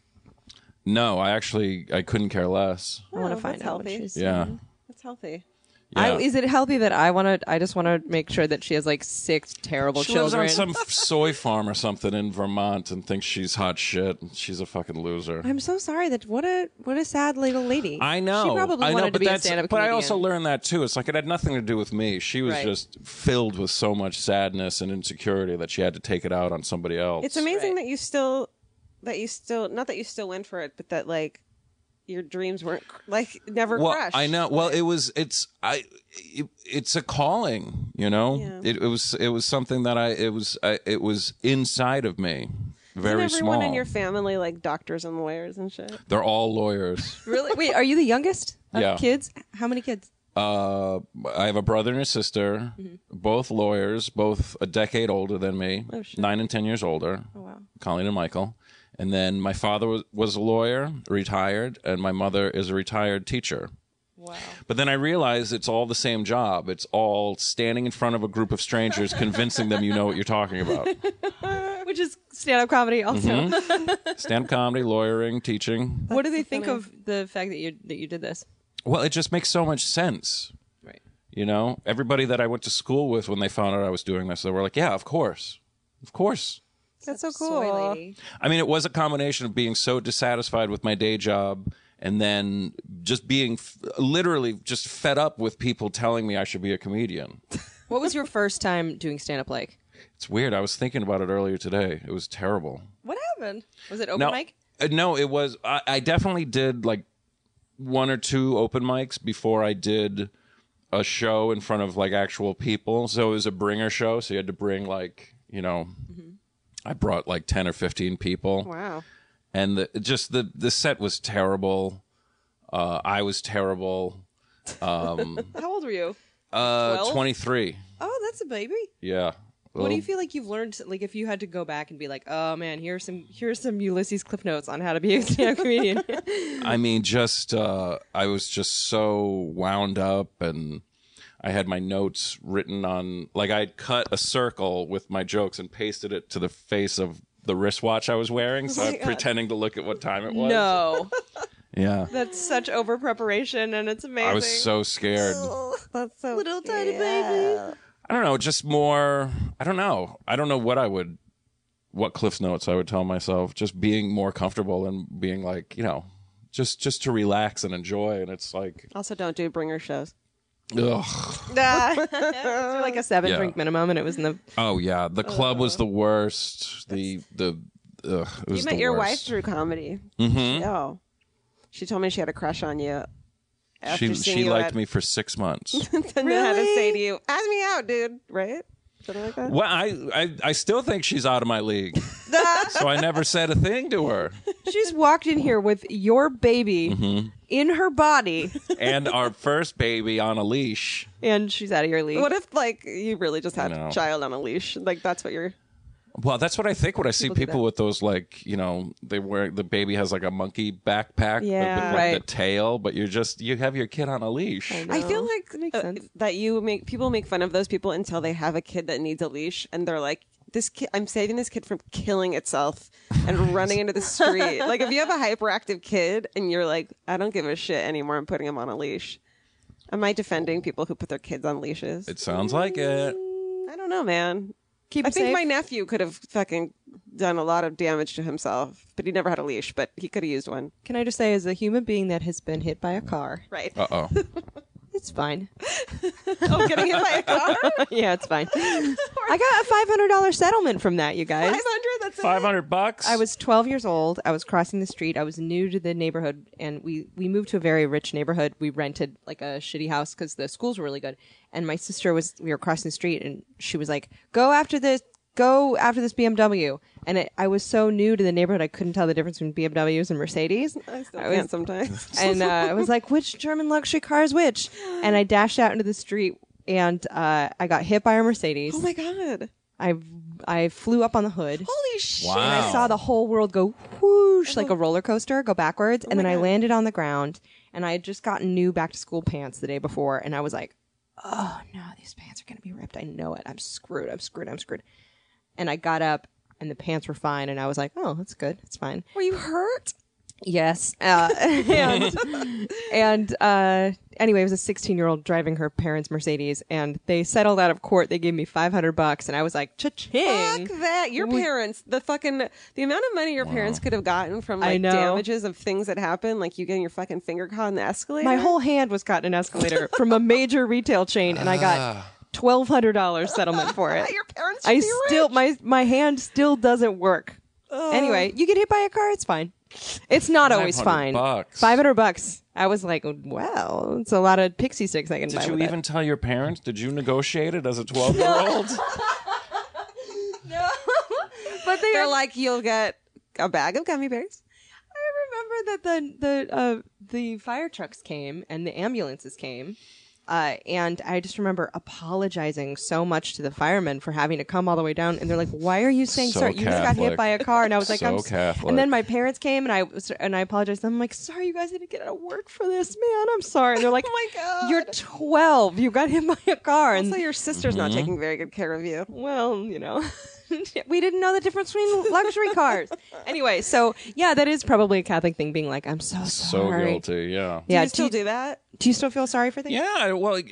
C: No, I actually I couldn't care less.
G: I want
F: Oh,
G: to find
F: that's
G: out what
F: healthy.
G: she's.
C: Yeah.
F: That's healthy.
C: yeah.
G: I, is it healthy that I want to? I just want to make sure that she has like six terrible
C: she lives
G: children.
C: on some f- soy farm or something in Vermont and thinks she's hot shit. She's a fucking loser.
G: I'm so sorry that what a what a sad little lady.
C: I know.
G: She probably
C: I know,
G: wanted to
C: but
G: be a
C: that's-
G: stand-up
C: But
G: comedian.
C: I also learned that too. It's like it had nothing to do with me. She was
G: Right.
C: just filled with so much sadness and insecurity that she had to take it out on somebody else.
F: It's amazing
G: Right.
F: that you still, that you still, not that you still went for it, but that like your dreams weren't cr- like never
C: Well,
F: crushed.
C: I know. Well, it was. It's I. It, it's a calling. You know.
F: Yeah.
C: It, it was. It was something that I. It was. I, it was inside of me.
F: Isn't
C: Very
F: everyone
C: small.
F: in your family like doctors and lawyers and shit?
C: They're all lawyers.
G: really. Wait, are you the youngest of
C: Yeah.
G: kids? How many kids?
C: uh, I have a brother and a sister, both lawyers, both a decade older than me, nine and ten years older. Oh wow! Colleen and Michael, and then my father was, was a lawyer, retired, and my mother is a retired teacher. Wow! But then I realized it's all the same job. It's all standing in front of a group of strangers, convincing them you know what you're talking about.
G: Which is stand-up comedy. Also,
C: Mm-hmm. Stand comedy, lawyering, teaching.
G: what do they think of the fact that you that you did this?
C: Well, it just makes so much sense.
G: Right.
C: You know, everybody that I went to school with, when they found out I was doing this, they were like, "Yeah, of course, of course."
F: That's so cool.
G: Soy lady.
C: I mean, it was a combination of being so dissatisfied with my day job and then just being f- literally just fed up with people telling me I should be a comedian.
G: What was your first time doing stand-up like?
C: It's weird. I was thinking about it earlier today. It was terrible.
G: What happened? Was it open
C: No,
G: mic?
C: uh, no, it was. I, I definitely did like one or two open mics before I did a show in front of like actual people. So it was a bringer show. So you had to bring like you know,
G: Mm-hmm.
C: I brought like ten or fifteen people.
F: Wow.
C: and the, just the the set was terrible. Uh, I was terrible.
G: How old were you?
C: Uh,
G: Twelve?
C: twenty three.
G: Oh, that's a baby.
C: Yeah,
G: what do you feel like you've learned? Like, if you had to go back and be like, "Oh man, here's some here's some Ulysses Cliff Notes on how to be a stand-up comedian."
C: I mean, just uh, I was just so wound up, and I had my notes written on like I'd cut a circle with my jokes and pasted it to the face of the wristwatch I was wearing, so I'm pretending to look at what time it was.
G: Oh no,
C: Yeah,
G: that's such over preparation, and it's amazing.
C: I was so scared.
F: That's so
G: little tiny baby.
C: I don't know, just more. I don't know. I don't know what I would, what Cliff's notes I would tell myself. Just being more comfortable and being like, you know, just just to relax and enjoy. And it's like,
G: Oh.
F: Also, don't do bringer shows.
C: ugh.
G: It's like a seven
C: Yeah.
G: drink minimum, and it was in the.
C: Oh yeah, the club was the worst. The the ugh, it was
F: uh-huh. You met
C: the
F: your wife
C: worst.
F: through comedy.
C: Mhm.
F: Oh, she told me she had a crush on you. After
C: She
F: seeing
C: she
F: you
C: liked
F: at-
C: me for six months.
F: Didn't know how to say to you, "Ask me out, dude." Right? Something like that.
C: well, I, I I still think she's out of my league, so I never said a thing to her.
G: She's walked in here with your baby
C: Mm-hmm.
G: in her body,
C: And our first baby on a leash.
G: and she's out of your league.
F: What if like you really just had
C: No.
F: a child on a leash? Like that's what you're.
C: Well, that's what I think when I see
G: do
C: people
G: that.
C: with those like you know they wear the baby has like a monkey backpack with-
F: Yeah.
C: with like the
G: Right.
C: tail, but you're just you have your kid on a leash.
F: I
G: No.
F: feel like
G: That makes
F: uh,
G: sense.
F: that you make people make fun of those people until they have a kid that needs a leash, and they're like, "This kid, I'm saving this kid from killing itself and running into the street." like if you have a hyperactive kid and you're like, "I don't give a shit anymore. I'm putting him on a leash." Am I defending people who put their kids on leashes?
C: It sounds like it.
F: I don't know, man.
G: Keep
F: I
G: him
F: think
G: safe.
F: my nephew could have fucking done a lot of damage to himself, but he never had a leash, but he could have used one.
G: Can I just say, as a human being that has been hit by a car,
F: Right.
C: Uh oh.
G: it's fine.
F: oh, getting hit by a car?
G: yeah, it's fine. I got a five hundred dollar settlement from that, you guys.
F: 500? That's
C: Five hundred bucks.
G: I was 12 years old. I was crossing the street. I was new to the neighborhood, and we we moved to a very rich neighborhood. We rented like a shitty house because the schools were really good. And my sister was we were crossing the street, and she was like, "Go after this, go after this BMW." And it, I was so new to the neighborhood, I couldn't tell the difference between BMWs and Mercedes.
F: I still
G: I was-
F: can't sometimes.
G: and uh, I was like, "Which German luxury car is which?" And I dashed out into the street, and uh, I got hit by a Mercedes.
F: Oh my god.
G: I I flew up on the hood.
F: Holy shit. Oh
C: Wow.
G: And I saw the whole world go whoosh like a roller coaster, go backwards, and then I landed on the ground. And I had just gotten new back to school pants the day before, and I was like, "Oh no, these pants are gonna be ripped. I know it. I'm screwed. I'm screwed. I'm screwed." And I got up, and the pants were fine, and I was like, "Oh, that's good. It's fine."
F: Were you hurt?
G: Yes. Uh, and and uh, anyway, it was a 16 year old driving her parents' Mercedes, and they settled out of court. They gave me 500 bucks, and I was like, "Cha-ching!"
F: Fuck that. Your parents, the fucking, the amount of money your parents could have gotten from
G: I
F: like
G: know.
F: damages of things that happened, like you getting your fucking finger caught in the escalator.
G: My whole hand was caught in an escalator from a major retail chain, and I got
C: Ah.
G: twelve hundred dollars settlement for it.
F: Your parents should
G: I
F: be
G: still
F: rich. Oh.
G: my my hand still doesn't work. Anyway, you get hit by a car, it's fine. It's not always
C: 500
G: fine.
C: bucks.
G: Five hundred bucks. I was like, wow, it's a lot of pixie sticks I can buy.
C: Did you
G: with that.
C: even tell your parents? Did you negotiate it as a 12 year old?
G: But they
F: They're
G: are
F: like, you'll get a bag of gummy bears.
G: I remember that the the uh, the fire trucks came and the ambulances came, uh, and I just remember apologizing so much to the firemen for having to come all the way down. And they're like, "Why are you saying
C: So
G: sorry? You just got hit
C: Catholic.
G: by a car." And I was like,
C: So
G: "I'm." s-"
C: Catholic.
G: And then my parents came and I was and I apologized. I'm like, "Sorry, you guys didn't get out of work for this, man. I'm sorry." And they're like,
F: Oh my God.
G: You're 12. You got hit by a car." And
F: So your sister's not taking very good care of you.
G: well, you know, we didn't know the difference between luxury cars. anyway, so yeah, that is probably a Catholic thing, being like, I'm so
C: so
G: sorry.
C: guilty, yeah.
G: Yeah,
F: do you still
G: do,
F: do that?
G: do you still feel sorry for things?
C: Yeah, I- well, I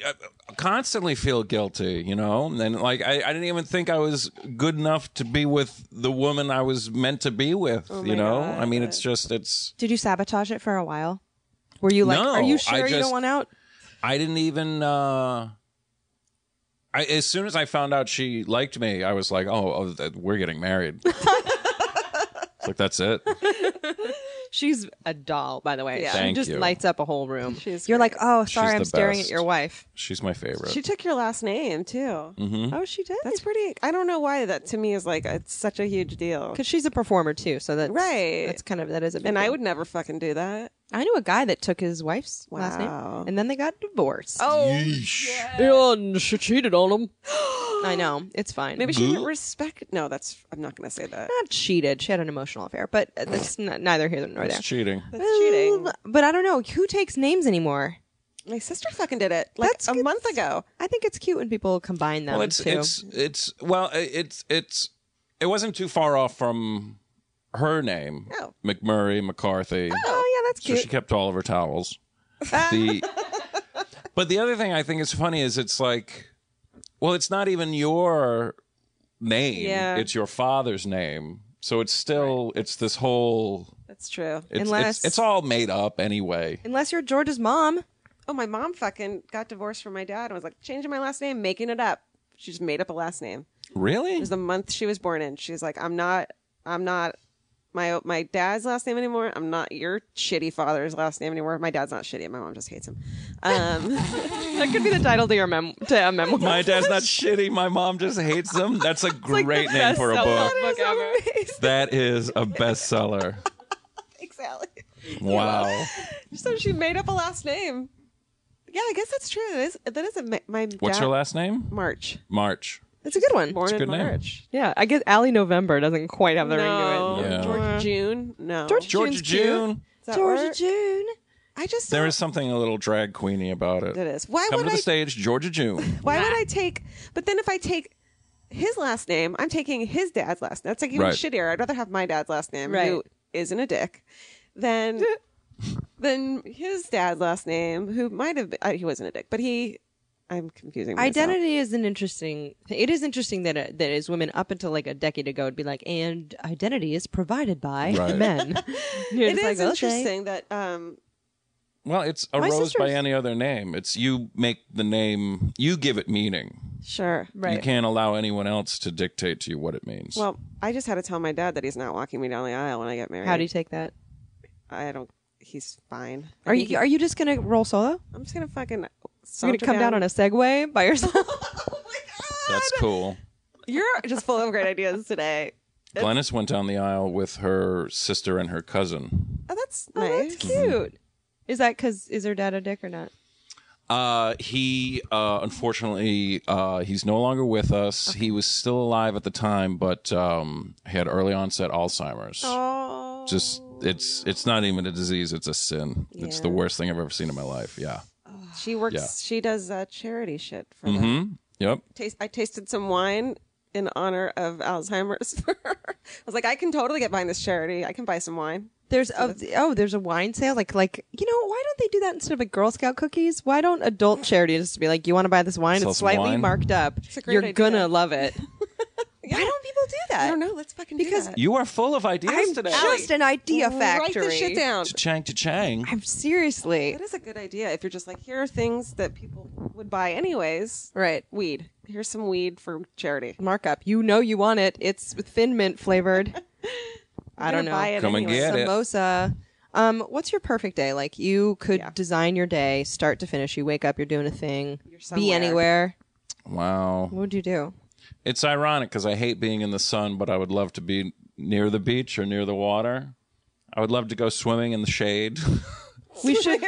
C: I constantly feel guilty, you know? And then, like, I, I didn't even think I was good enough to be with the woman I was meant to be with,
G: Oh
C: you know? I mean, it's just, it's,
G: Did you sabotage it for a while? Were you like,
C: No,
G: are you
C: I
G: sure you
C: just-
G: don't want out?
C: I didn't even, uh, I, as soon as I found out she liked me, I was like, oh, oh th- we're getting married. it's like, that's it.
G: She's a doll, by the way.
F: Yeah.
G: She
C: Thank
G: just
C: you.
G: lights up a whole room.
F: She's
G: You're
F: great.
G: like, oh, sorry,
C: She's
G: I'm
C: the
G: staring
C: best.
G: at your wife.
C: She's my favorite.
F: She took your last name too.
C: Mm-hmm.
G: Oh, she did.
F: That's pretty. I don't know why that to me is like it's such a huge deal.
G: because she's a performer too. So that's
F: Right.
G: That's kind of that is a. Big
F: And I
G: deal.
F: would never fucking do that.
G: I knew a guy that took his wife's last
F: Wow.
G: Oh, name, and then they got divorced.
F: Oh,
G: and she cheated on him. I know. It's fine.
F: Maybe she didn't respect. No, that's. I'm not going to say that.
G: not cheated. She had an emotional affair, but uh, that's n- neither here nor there.
C: It's cheating.
F: That's cheating.
G: But I don't know who takes names anymore.
F: My sister fucking did it like
G: That's
F: a
G: good.
F: month ago.
G: I think it's cute when people combine them
C: Well, it's
G: too.
C: it's it's well, i- it's it's it wasn't too far off from her name,
F: Oh.
C: McMurray McCarthy.
G: oh yeah, that's
C: So
G: cute.
C: she kept all of her towels. The- but the other thing I think is funny is it's like, well, it's not even your name;
F: Yeah.
C: it's your father's name. So it's still it's this whole
F: That's true.
C: it's,
G: Unless-
C: it's it's all made up anyway.
G: Unless you're George's mom.
F: Oh, my mom fucking got divorced from my dad and was like changing my last name, making it up. She just made up a last name. It
C: Really?
F: was the month she was born in. She was like, I'm not, I'm not my my dad's last name anymore. I'm not your shitty father's last name anymore. My dad's not shitty. My mom just hates him. Um,
G: That could be the title to your mem to a memoir.
C: My dad's not shitty. My mom just hates them. That's a great name for a book.
G: ever.
C: That is a bestseller.
F: exactly.
C: Wow.
F: So she made up a last name. Yeah, I guess that's true. That is that is a, ma- my
C: What's
F: dad,
C: her last name?
F: March.
C: March.
G: That's a good one.
F: Born
C: a
F: in
C: good name.
F: March.
G: Yeah, I guess Allie November doesn't quite have the
F: No.
G: ring to it.
C: Yeah.
F: George June. No.
G: George
C: Georgia
G: June's cute.
C: June.
F: Does that
G: Georgia
F: work?
G: June.
F: I just
C: There
F: don't-
C: is something a little drag queeny about
F: It
C: it.
F: is. Why
C: Come to
F: would
C: the
F: I?
C: stage, Georgia June.
F: Why would I take? But then if I take his last name, I'm taking his dad's last name. That's like even
C: Right.
F: shittier. I'd rather have my dad's last name, who
G: Right.
F: isn't a dick, than than his dad's last name, who might have been. Uh, he wasn't a dick, but he. I'm confusing myself.
G: Identity is an interesting. It is interesting that uh, that as women up until like a decade ago would be like, and identity is provided by
C: Right.
G: men. You're
F: It is
G: just like, okay.
F: interesting that um
C: Well, it's a
G: My
C: rose by
G: sister's-
C: any other name. It's you make the name, you give it meaning.
F: sure
C: You can't allow anyone else to dictate to you what it means.
F: well I just had to tell my dad that he's not walking me down the aisle when I get married.
G: How do you take that?
F: I don't. He's fine. I
G: Are
F: think
G: you are you just gonna roll solo?
F: I'm just gonna fucking.
G: You're gonna come down on a Segway by yourself?
C: That's cool.
F: You're just full of great ideas today.
C: Glennis went down the aisle with her sister and her cousin.
F: Oh, that's
G: Oh,
F: nice.
G: that's cute. Is that because is her dad a dick or not?
C: Uh, he uh, unfortunately uh, he's no longer with us. He was still alive at the time, but um, he had early onset Alzheimer's.
F: Oh,
C: Just it's it's not even a disease; it's a sin. It's the
F: Yeah.
C: worst thing I've ever seen in my life. Yeah.
F: she works.
C: yeah.
F: She does uh, charity shit for them.
C: Hmm. Yep.
F: Taste, I tasted some wine in honor of Alzheimer's. For her. I was like, I can totally get behind this charity. I can buy some wine.
G: There's a, oh, there's a wine sale. Like like you know why don't they do that instead of like Girl Scout cookies? Why don't adult charities just be like you want to buy this wine?
C: Sell
G: it's
C: some
G: slightly
C: wine?
G: marked up.
F: a great
G: You're
F: idea.
G: gonna love it. Why don't people do that?
F: I don't know. "Oh, Let's fucking
G: Because
F: do that.
C: You are full of ideas today.
G: Just an idea
F: write
G: factory.
F: this shit down.
C: Chang to Chang.
G: I'm seriously
F: That is a good idea. If you're just like, here are things that people would buy anyways.
G: right.
F: Weed. Here's some weed for charity.
G: Markup. You know you want it. It's thin mint flavored.
F: You're
G: I don't
F: gonna
G: know.
F: Buy it
C: Come and
F: anyway.
C: get it.
G: samosa. Um, what's your perfect day? Like you could
F: Yeah.
G: design your day, start to finish. You wake up, you're doing a thing, be
F: somewhere.
G: anywhere.
C: Wow.
G: What would you do?
C: It's ironic because I hate being in the sun, but I would love to be near the beach or near the water. I would love to go swimming in the shade.
G: We should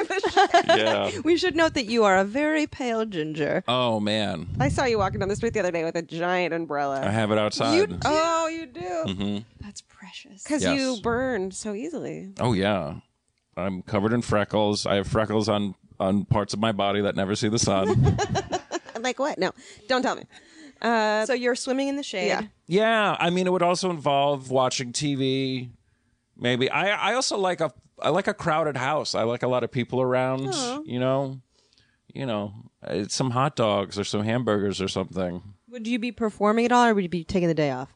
C: yeah.
G: we should note that you are a very pale ginger.
C: Oh man,
F: I saw you walking down the street the other day with a giant umbrella.
C: I Mm-hmm. have it outside.
F: Oh, you do.
G: That's precious.
F: Because
C: Yes.
F: you burn so easily.
C: Oh yeah, I'm covered in freckles. I have freckles on on parts of my body that never see the sun.
F: Like what? No, don't tell me.
G: Uh, so you're swimming in the shade.
F: Yeah.
C: yeah, I mean it would also involve watching TV. Maybe I I also like a I like a crowded house. I like a lot of people around. You know, you know, uh, some hot dogs or some hamburgers or something.
G: Would you be performing at all, or would you be taking the day off?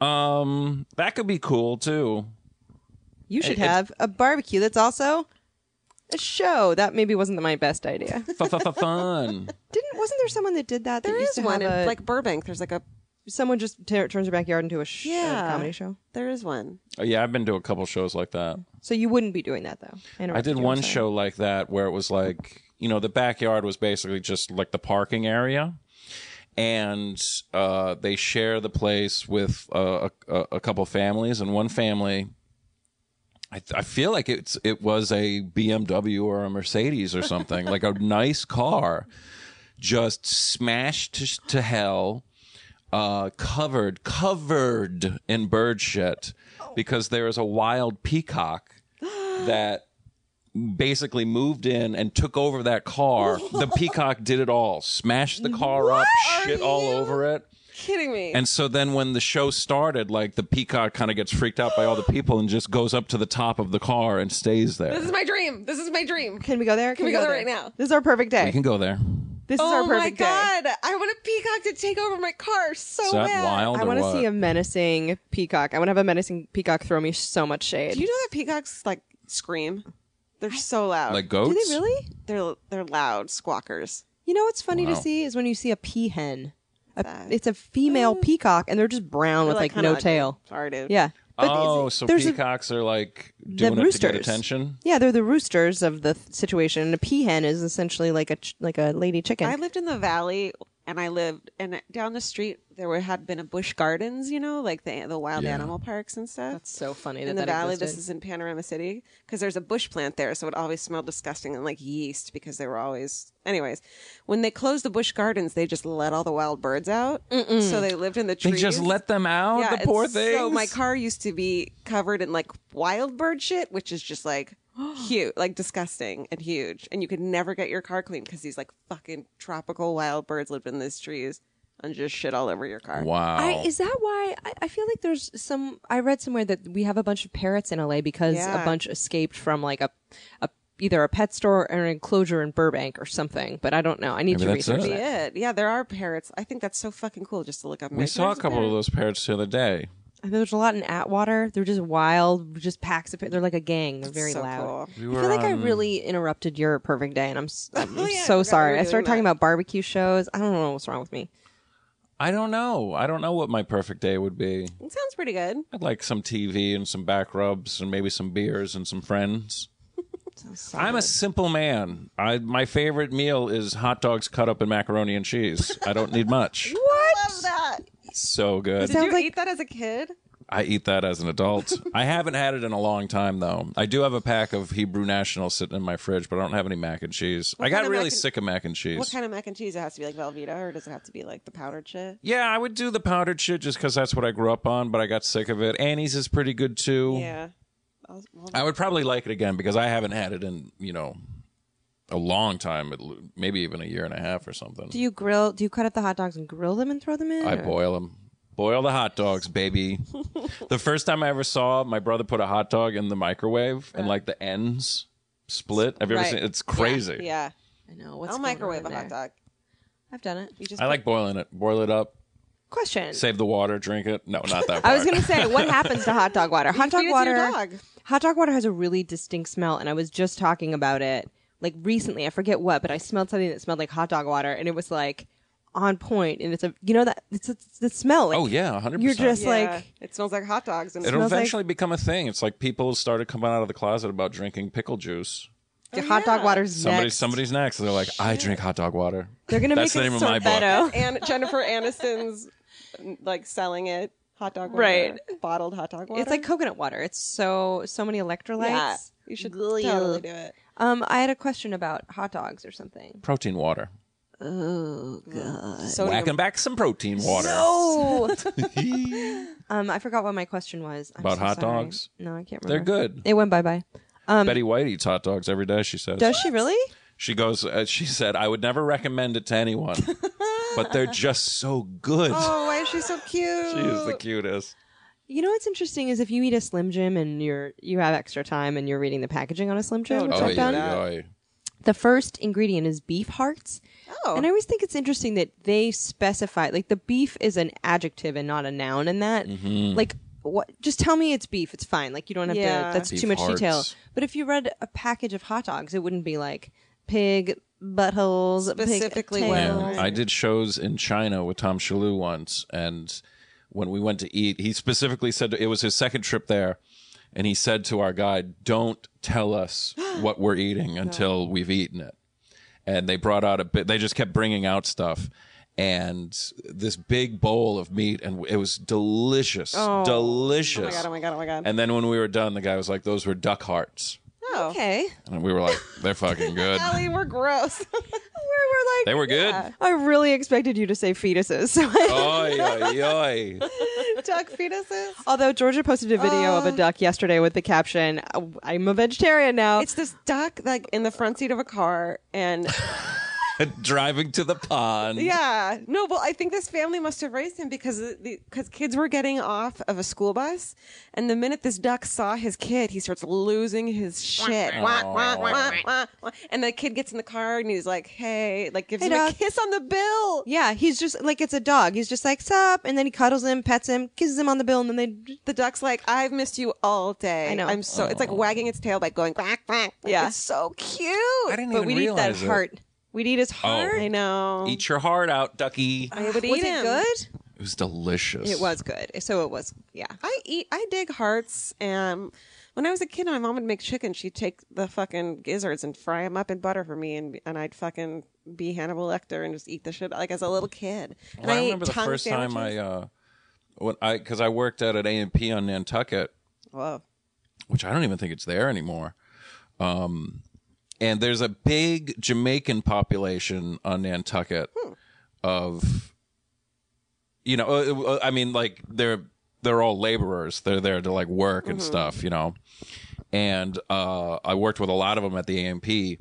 C: Um, that could be cool too.
G: You should have a barbecue. That's also a show. That maybe wasn't my best idea.
C: Fun.
G: Didn't wasn't there someone that did that?
F: There
G: that used
F: is
G: to
F: one in
G: have a-
F: like Burbank. There's like a
G: someone just ter- turns their backyard into a, sh- a
F: Yeah.
G: comedy show.
F: there is one.
C: Oh, yeah, I've been to a couple shows like that.
G: So you wouldn't be doing that though.
C: I
G: interrupted
C: did
G: you, I'm
C: one
G: sorry.
C: show like that where it was like, you know, the backyard was basically just like the parking area. And uh, they share the place with uh, a, a, a couple families. And one family, I, I feel like it's it was a BMW or a Mercedes or something, like a nice car. just smashed to, to hell, uh, covered, covered in bird shit because there is a wild peacock that basically moved in and took over that car. the peacock did it all, smashed the car up, shit all over it.
F: Kidding me.
C: And so then when the show started, like the peacock kind of gets freaked out by all the people and just goes up to the top of the car and stays there.
F: this is my dream. This is my dream.
G: Can we go there? Can,
F: we go there right now?
G: This is our perfect day.
C: you can go there.
G: this is
F: oh
G: our
F: my
G: perfect day.
F: god! I want a peacock to take over my car so
C: Is that
F: bad.
C: wild
G: I
C: or
G: want to
C: what?
G: see a menacing peacock. I want to have a menacing peacock throw me so much shade.
F: Do you know that peacocks like scream? They're so loud.
C: like goats.
G: Do they really?
F: They're they're loud squawkers.
G: You know what's funny to
C: Wow.
G: see is when you see a peahen. A,
F: That-
G: it's a female peacock, and Mm. they're just brown
F: They're,
G: with like,
F: kinda
G: no
F: ugly.
G: tail.
F: Sorry, dude.
G: Yeah. But
C: oh,
G: is it-
C: so
G: there's a-
C: peacocks are like
G: the
C: doing it to
G: roosters.
C: get attention.
G: Yeah, they're the roosters of the th- situation, and a peahen is essentially like a ch- like a lady chicken.
F: I lived in the valley, and I lived and down the street there were, had been a bush gardens, you know, like the the wild animal parks and stuff.
G: That's so funny that
F: in the
G: that
F: valley.
G: existed.
F: This is in Panorama City because there's a bush plant there, so it always smelled disgusting and like yeast because they were always. Anyways, when they closed the bush gardens, they just let all the wild birds out, so they lived in the
C: They
F: trees.
C: just let them out.
F: yeah,
C: the poor
F: and
C: things.
F: So my car used to be covered in like wild bird shit, which is just like huge, like disgusting and huge, and you could never get your car clean because these like fucking tropical wild birds lived in these trees and just shit all over your car.
C: Wow.
G: I, is that why I, I feel like there's some? I read somewhere that we have a bunch of parrots in LA because
F: Yeah.
G: a bunch escaped from like a, a either a pet store or an enclosure in Burbank or something. But I don't know. I need
C: Maybe
G: to
C: that's
G: research
C: it.
G: that.
F: It. Yeah, there are parrots. I think that's so fucking cool just to look up. and be
C: we
F: like,
C: saw a
F: "There's
C: couple of
F: parrot."
C: those parrots the other day.
G: I mean, There's a lot in Atwater. They're just wild, just packs of. They're like a gang. They're very
F: so
G: loud.
F: cool.
C: We
G: I
C: were um,
G: feel like I
C: on-
G: really interrupted your perfect day, and I'm, s- I'm
F: Oh, yeah, I forgot we
G: so
F: were
G: sorry. I
F: doing
G: started talking
F: that.
G: about barbecue shows. I don't know what's wrong with me.
C: I don't know. I don't know what my perfect day would be.
F: It sounds pretty good.
C: I'd like some TV and some back rubs and maybe some beers and some friends. I'm a simple man. I my favorite meal is hot dogs cut up in macaroni and cheese. I don't need much.
F: What? Love that.
C: so good.
F: Did
G: Sounds
F: you
G: like-
F: eat that as a kid?
C: I eat that as an adult. I haven't had it in a long time though. I do have a pack of Hebrew National sitting in my fridge, but I don't have any mac and cheese. I
F: kind
C: got
F: of
C: really
F: mac and-
C: sick of mac and cheese.
F: What kind of mac and cheese? It has to be like Velveeta, or does it have to be like the powdered shit?
C: yeah, I would do the powdered shit just because that's what I grew up on, but I got sick of it. Annie's is pretty good too.
F: Yeah. I'll- well,
C: I would probably like it again because I haven't had it in you know a long time, at l- maybe even a year and a half or something.
G: Do you grill? Do you cut up the hot dogs and grill them and throw them in?
C: I
G: or-
C: boil them. Boil the hot dogs, baby. the first time I ever saw my brother put a hot dog in the microwave and like the ends split. Have you ever
F: Uh. Right.
C: seen? It's crazy.
F: yeah.
G: I know. What's
F: I'll
G: going
F: microwave
G: on
F: a hot
G: there?
F: dog.
G: I've done it.
F: You just
C: I like boiling it. Boil it up.
G: Question.
C: Save the water. Drink it. No, not that. Part.
G: I was gonna say, what happens to hot dog water?
F: feed it
G: Hot dog
F: to your
G: water.
F: dog.
G: Hot dog water has a really distinct smell, and I was just talking about it like recently. I forget what, but I smelled something that smelled like hot dog water, and it was like on point. And it's a you know that it's, it's the smell. Like,
C: Oh yeah, hundred
G: You're
C: percent.
G: just
F: Yeah.
G: like
F: it smells like hot dogs. And
C: It'll
G: smells like-
C: eventually become a thing. It's like people started coming out of the closet about drinking pickle juice.
G: your hot dog water's
C: Oh, Somebody,
G: next.
C: somebody's next. They're like, I drink hot dog water.
G: They're gonna
C: That's
G: make
C: the
G: a
C: name of my book.
G: sorbetto.
F: and Jennifer Aniston's like selling it hot dog water,
G: Right.
F: Bottled hot dog water.
G: It's like coconut water. It's so so many electrolytes.
F: yeah. You should
G: Ugh.
F: totally do it.
G: Um, I had a question about hot dogs or something.
C: Protein water.
F: Sodium.
C: Whacking back some protein water.
G: Oh. um, I forgot what my question was. I'm
C: About
G: so
C: hot
G: sorry.
C: dogs?
G: No, I can't remember.
C: They're good.
G: It went bye bye.
C: Betty White eats hot dogs every day. She says.
G: Um, Does she really?
C: She goes. Uh, she said, "I would never recommend it to anyone, but they're just so good.
F: Oh, why is she so cute?
C: She is the cutest."
G: You know what's interesting is if you eat a Slim Jim and you're you have extra time and you're reading the packaging on a Slim Jim, which
C: Oh,
G: I've done. The first ingredient is beef hearts,
F: Oh.
G: and I always think it's interesting that they specify like the beef is an adjective and not a noun in that.
C: Mm-hmm.
G: Like what? Just tell me it's beef. It's fine. Like you don't have
F: Yeah.
G: to. That's
C: Beef
G: too much detail.
C: hearts.
G: But if you read a package of hot dogs, it wouldn't be like pig buttholes
F: Specifically
G: Pig,
F: what-
G: tail.
C: Yeah. I did shows in China with Tom Shalhoub once, and when we went to eat, he specifically said it was his second trip there, and he said to our guide, "Don't tell us what we're eating until we've eaten it." And they brought out a bit. They just kept bringing out stuff. And this big bowl of meat, and it was delicious, delicious.
F: Oh my god! Oh my god! Oh my god!
C: And then when we were done, the guy was like, "Those were duck hearts,"
F: oh.
G: Okay.
C: and we were like, "They're fucking good."
F: Allie, we're gross.
G: Where like,
C: They were good.
G: I really expected you to say fetuses. So I
C: Oy, oy, oy.
F: Duck fetuses.
G: Although Georgia posted a video of a duck yesterday with the caption, "I'm a vegetarian now."
F: It's this duck like in the front seat of a car, and
C: Driving to the pond.
F: yeah, no. Well, I think this family must have raised him because because kids were getting off of a school bus, and the minute this duck saw his kid, he starts losing his shit. Wah, wah, wah, wah, wah. And the kid gets in the car and he's like, "Hey," like gives
G: Hey,
F: him a
G: duck.
F: kiss on the bill.
G: yeah, he's just like it's a dog. He's just like sup, and then he cuddles him, pets him, kisses him on the bill, and then they
F: The duck's like, I've missed you all day.
G: I know.
F: I'm so. It's like wagging its tail by going quack quack.
G: Yeah.
F: It's so cute.
C: I didn't
G: but
C: even
G: we eat that
C: realize it.
G: heart. We'd eat
F: Oh.
G: his heart.
F: I know.
C: Eat your heart out, ducky.
F: I would
G: Was
F: eat
G: it
F: him.
G: good?
C: It was delicious.
G: It was good. So it was. Yeah.
F: I eat. I dig hearts. And when I was a kid, my mom would make chicken. She'd take the fucking gizzards and fry them up in butter for me, and and I'd fucking be Hannibal Lecter and just eat the shit like as a little kid. And
C: Well, I,
F: ate
C: remember the
F: tongue
C: first
F: sandwiches.
C: time I, uh, when I, because I worked out at A and P on Nantucket,
F: Whoa.
C: which I don't even think it's there anymore. Um, and there's a big Jamaican population on Nantucket of, you know, uh, uh, I mean, like they're they're all laborers. They're there to like work and stuff, you know. And uh, I worked with a lot of them at the AMP,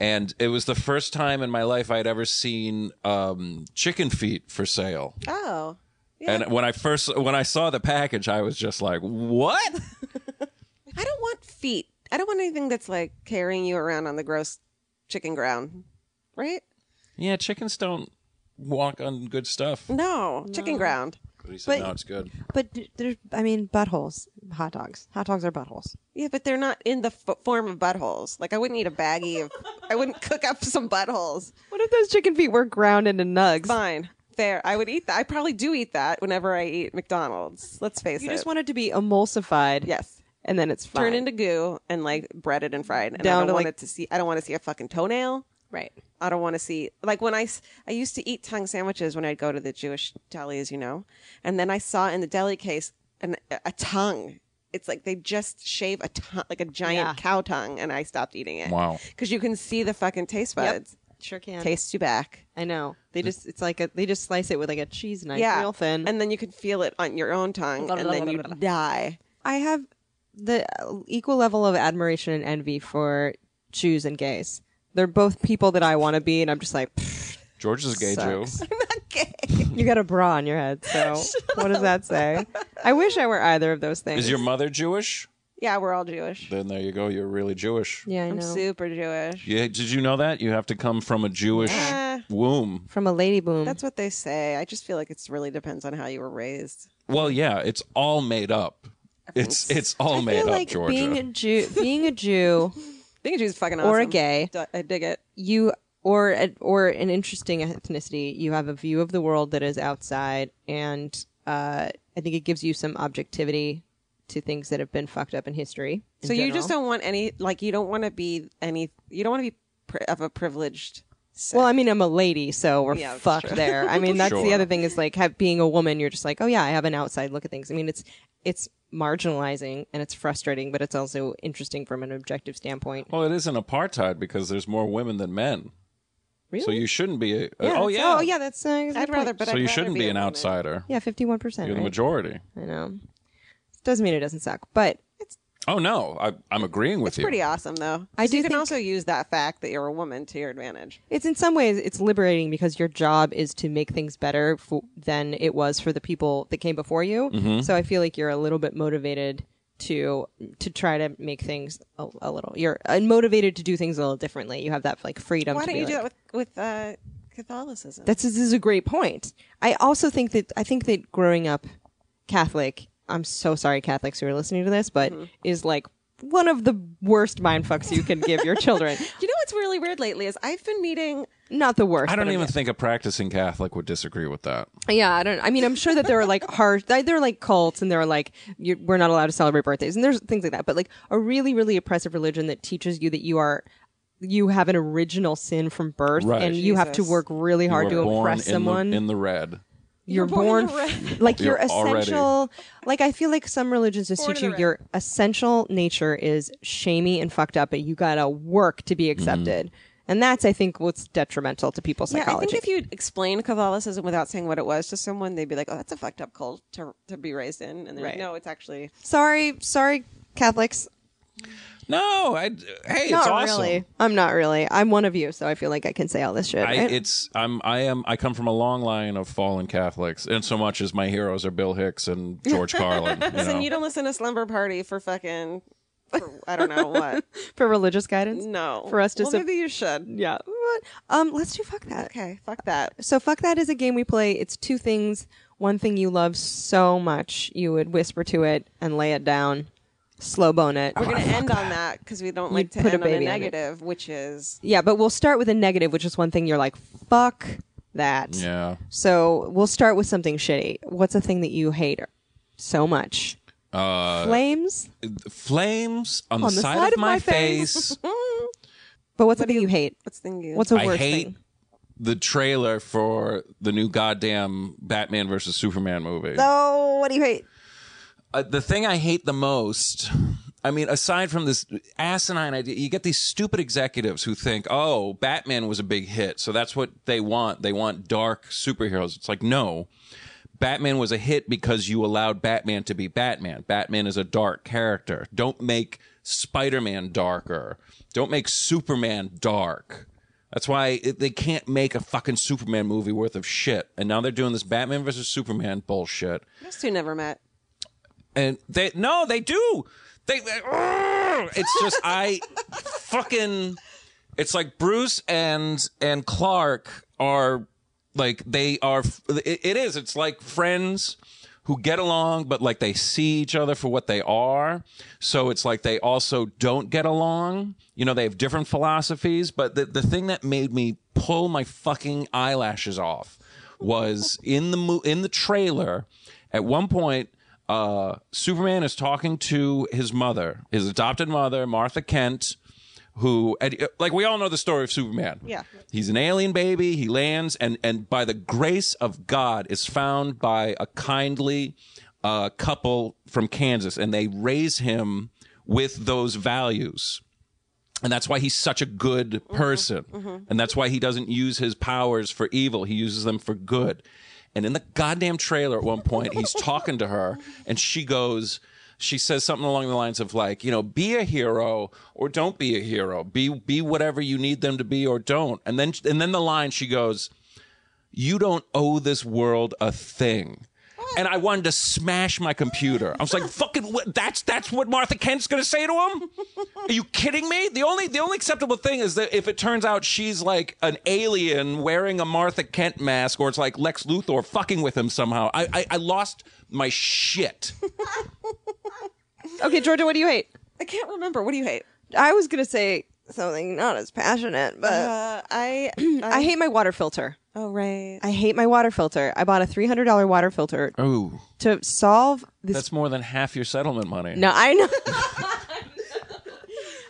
C: and it was the first time in my life I had ever seen um, chicken feet for sale.
F: Oh.
C: And when I first when I saw the package, I was just like, "What?"
F: I don't want feet. I don't want anything that's like carrying you around on the gross chicken ground, right?
C: yeah, chickens don't walk on good stuff.
F: No, chicken ground.
C: But he said,
G: But-
C: "No, it's good."
G: But d- there's, I mean, buttholes, hot dogs. Hot dogs are buttholes.
F: Yeah, but they're not in the f- form of buttholes. Like I wouldn't eat a baggie of. I wouldn't cook up some buttholes.
G: What if those chicken feet were ground into nugs?
F: Fine, fair. I would eat that. I probably do eat that whenever I eat McDonald's. Let's face
G: You
F: it.
G: just want it to be emulsified.
F: yes.
G: And then it's fine.
F: Turn into goo and like breaded and fried. And
G: Down
F: I don't
G: to,
F: want
G: like-
F: it to see. I don't want to see a fucking toenail.
G: Right.
F: I don't want to see like when I s- I used to eat tongue sandwiches when I'd go to the Jewish deli, as you know, and then I saw in the deli case an, a tongue. It's like they just shave a ton, like a giant
G: Yeah.
F: cow tongue, and I stopped eating it.
C: Wow.
F: Because you can see the fucking taste buds.
G: Sure can.
F: Tastes you back.
G: I know. They just it's like a they just slice it with like a cheese knife,
F: yeah.
G: real thin.
F: And then you can feel it on your own tongue, and then you die.
G: I have the uh, equal level of admiration and envy for Jews and gays. They're both people that I want to be, and I'm just like, "Pfft,
C: George is a gay
G: Sucks.
C: Jew.
G: you got a bra on your head, so what does that say? I wish I were either of those things.
C: Is your mother Jewish?
F: Yeah, we're all Jewish.
C: Then there you go. You're really Jewish.
G: yeah, I
F: I'm
G: know.
F: super Jewish.
C: Yeah. Did you know that you have to come from a Jewish
F: Yeah.
C: womb?
G: From a lady boom.
F: That's what they say. I just feel like it's really depends on how you were raised.
C: Well, yeah. It's all made up. It's it's all
G: I
C: made
G: feel
C: up,
G: like
C: Georgia.
G: being a Jew, being a Jew
F: Being a Jew is fucking awesome.
G: or a gay,
F: D- I dig it.
G: you or a- or an interesting ethnicity, you have a view of the world that is outside, and uh, I think it gives you some objectivity to things that have been fucked up in history. in
F: So you
G: general.
F: just don't want any, like, you don't want to be any, you don't want to be pri- of a privileged. Sex.
G: Well, I mean, I'm a lady, so we're
F: Yeah, that's
G: fucked there. I mean, that's the
C: Sure.
G: other thing is like have, being a woman, you're just like, oh yeah, I have an outside look at things. I mean, it's it's marginalizing and it's frustrating, but it's also interesting from an objective standpoint.
F: Oh,
C: well, it isn't apartheid because there's more women than men.
G: Really?
C: So you shouldn't be. A,
G: Yeah,
C: oh
G: that's-
C: yeah.
G: oh yeah, that's. Uh, that's a
F: I'd
G: good
F: rather,
G: point.
F: but
C: So
F: I'd
C: you
F: rather
C: shouldn't
F: be,
C: be,
F: a
C: an
F: woman.
C: outsider.
G: Yeah, fifty-one percent.
C: You're the
G: right?
C: majority.
G: I know. Doesn't mean it doesn't suck, but
C: Oh no, I, I'm agreeing with
F: It's
C: you.
F: pretty awesome, though.
G: I
F: So
G: do
F: You can
G: think-
F: also use that fact that you're a woman to your advantage.
G: it's in some ways it's liberating because your job is to make things better for, than it was for the people that came before you.
C: Mm-hmm.
G: So I feel like you're a little bit motivated to to try to make things a, a little. You're uh, motivated to do things a little differently. You have that like freedom.
F: Why
G: to
F: don't
G: be
F: you do
G: like,
F: that with with uh, Catholicism?
G: That's this is a great point. I also think that I think that growing up Catholic, I'm so sorry Catholics who are listening to this,
F: Mm-hmm.
G: but is like one of the worst mind fucks you can give your children.
F: you know what's really weird lately is I've been meeting
G: Not the worst.
C: I
G: but
C: don't
G: I'm
C: even think a practicing Catholic would disagree with that.
G: Yeah, I don't. I mean, I'm sure that there are like harsh. There are like cults, and there are like you, we're not allowed to celebrate birthdays, and there's things like that. But like a really, really oppressive religion that teaches you that you are, you have an original sin from birth,
C: Right.
G: and you have to
F: Jesus.
G: work really
C: You
G: hard
C: were
G: to impress
C: in
G: someone.
C: the, in the red.
G: you're, born, f- like you're,
C: You're already-
G: essential. Like I feel like some religions just teach you your
C: Mm-hmm.
G: essential nature is shamey and fucked up, but you gotta work to be accepted. And that's, I think, what's detrimental to people's
F: Yeah, I
G: psychology.
F: think if you explained Catholicism without saying what it was to someone, they'd be like, "Oh, that's a fucked up cult to, to be raised in," and they're like,
G: Right.
F: "No, it's actually."
G: sorry, sorry, Catholics.
C: No, I. Hey,
G: Not
C: it's awesome.
G: really. I'm not really. I'm one of you, so I feel like I can say all this shit.
C: I,
G: right?
C: it's I'm I am I come from a long line of fallen Catholics, and so much as my heroes are Bill Hicks and George Carlin. You
F: Listen,
C: know?
F: you don't listen to Slumber Party for fucking, for, I don't know what.
G: for religious guidance.
F: No,
G: For us to
F: well,
G: sup-
F: maybe you should.
G: Yeah. What? Um, let's do fuck that.
F: Okay, fuck that.
G: So fuck that is a game we play. It's two things. One thing you love so much, you would whisper to it and lay it down, slow bone it.
F: We're gonna end on that because we don't like to
G: put a
F: end on a
G: baby in it.
F: negative, which is
G: Yeah, but we'll start with a negative, which is one thing you're like, fuck that.
C: yeah.
G: So we'll start with something shitty. What's a thing that you hate so much? Uh, Flames.
C: Flames on, the, side, of, my face.
G: But what's a thing you, hate?
F: what's the thing you
G: What's a
C: I
G: worst
C: hate
G: thing?
C: the trailer for the new goddamn Batman versus Superman movie.
G: Oh, what do you hate?
C: uh, the thing I hate the most, I mean, aside from this asinine idea, you get these stupid executives who think, oh, Batman was a big hit, so that's what they want. They want dark superheroes. It's like, no. Batman was a hit because you allowed Batman to be Batman. Batman is a dark character. Don't make Spider Man darker. Don't make Superman dark. That's why it, they can't make a fucking Superman movie worth of shit. And now they're doing this Batman versus Superman bullshit
F: those two never met.
C: and they no they do they, they- Urgh! it's just i fucking it's like bruce and and clark are like they are it, it is it's like friends who get along but like they see each other for what they are so it's like they also don't get along you know they have different philosophies but the, the thing that made me pull my fucking eyelashes off was in the mo- in the trailer at one point uh, Superman is talking to his mother, his adopted mother, Martha Kent, who, and, uh, like, we all know the story of Superman.
F: Yeah.
C: He's an alien baby. He lands, and, and by the grace of God, is found by a kindly uh, couple from Kansas, and they raise him with those values and that's why he's such a good person and that's why he doesn't use his powers for evil he uses them for good and in the goddamn trailer at one point he's talking to her and she goes she says something along the lines of like you know be a hero or don't be a hero be be whatever you need them to be or don't and then and then the line she goes you don't owe this world a thing. And I wanted to smash my computer. I was like, "Fucking, what, that's that's what Martha Kent's gonna say to him? Are you kidding me? The only the only acceptable thing is that if it turns out she's like an alien wearing a Martha Kent mask, or it's like Lex Luthor fucking with him somehow. I I, I lost my shit.
G: Okay, Georgia, what do you hate?
F: I can't remember. What do you hate?
G: I was gonna say something not as passionate, but
F: Uh, I,
G: I hate my water filter.
F: Oh right.
G: I hate my water filter. I bought a three hundred dollar water filter
C: Ooh,
G: to solve this.
C: Oh. that's more than half your settlement money.
G: no, I know.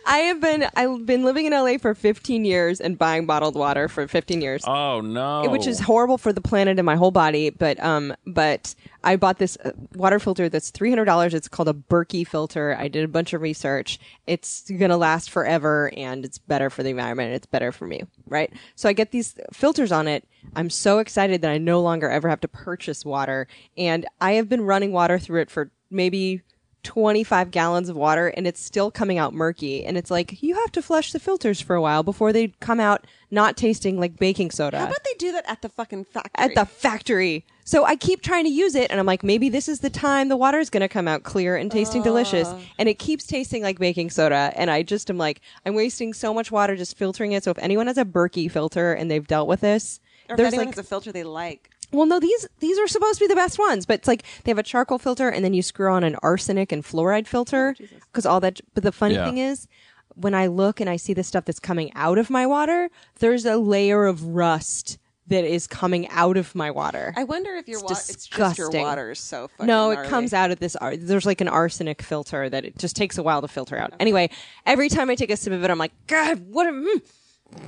G: I have been I've been living in LA for fifteen years and buying bottled water for fifteen years.
C: Oh no.
G: which is horrible for the planet and my whole body. But um, but I bought this uh, water filter that's three hundred dollars. It's called a Berkey filter. I did a bunch of research. It's gonna last forever, and it's better for the environment. And it's better for me, right? So I get these filters on it. I'm so excited that I no longer ever have to purchase water, and I have been running water through it for maybe. 25 gallons of water and it's still coming out murky and it's like you have to flush the filters for a while before they come out not tasting like baking soda
F: How about they do that at the fucking factory?
G: at the factory. So I keep trying to use it, and I'm like, maybe this is the time the water is going to come out clear and tasting delicious. And it keeps tasting like baking soda. And I just am like, I'm wasting so much water just filtering it. So if anyone has a Berkey filter and they've dealt with this,
F: or if
G: there's
F: anyone
G: like,
F: has a filter they like.
G: well, no, these these are supposed to be the best ones, but it's like they have a charcoal filter, and then you screw on an arsenic and fluoride
F: Oh,
G: filter because all that. But the funny
C: Yeah.
G: thing is, when I look and I see the stuff that's coming out of my water, there's a layer of rust that is coming out of my water.
F: I wonder if your
G: It's
F: water. It's just your
G: disgusting.
F: water is so fucking.
G: No, it
F: gnarly.
G: comes out of this. Ar- there's like an arsenic filter that it just takes a while to filter out. Anyway, every time I take a sip of it, I'm like, God, what? A, mm.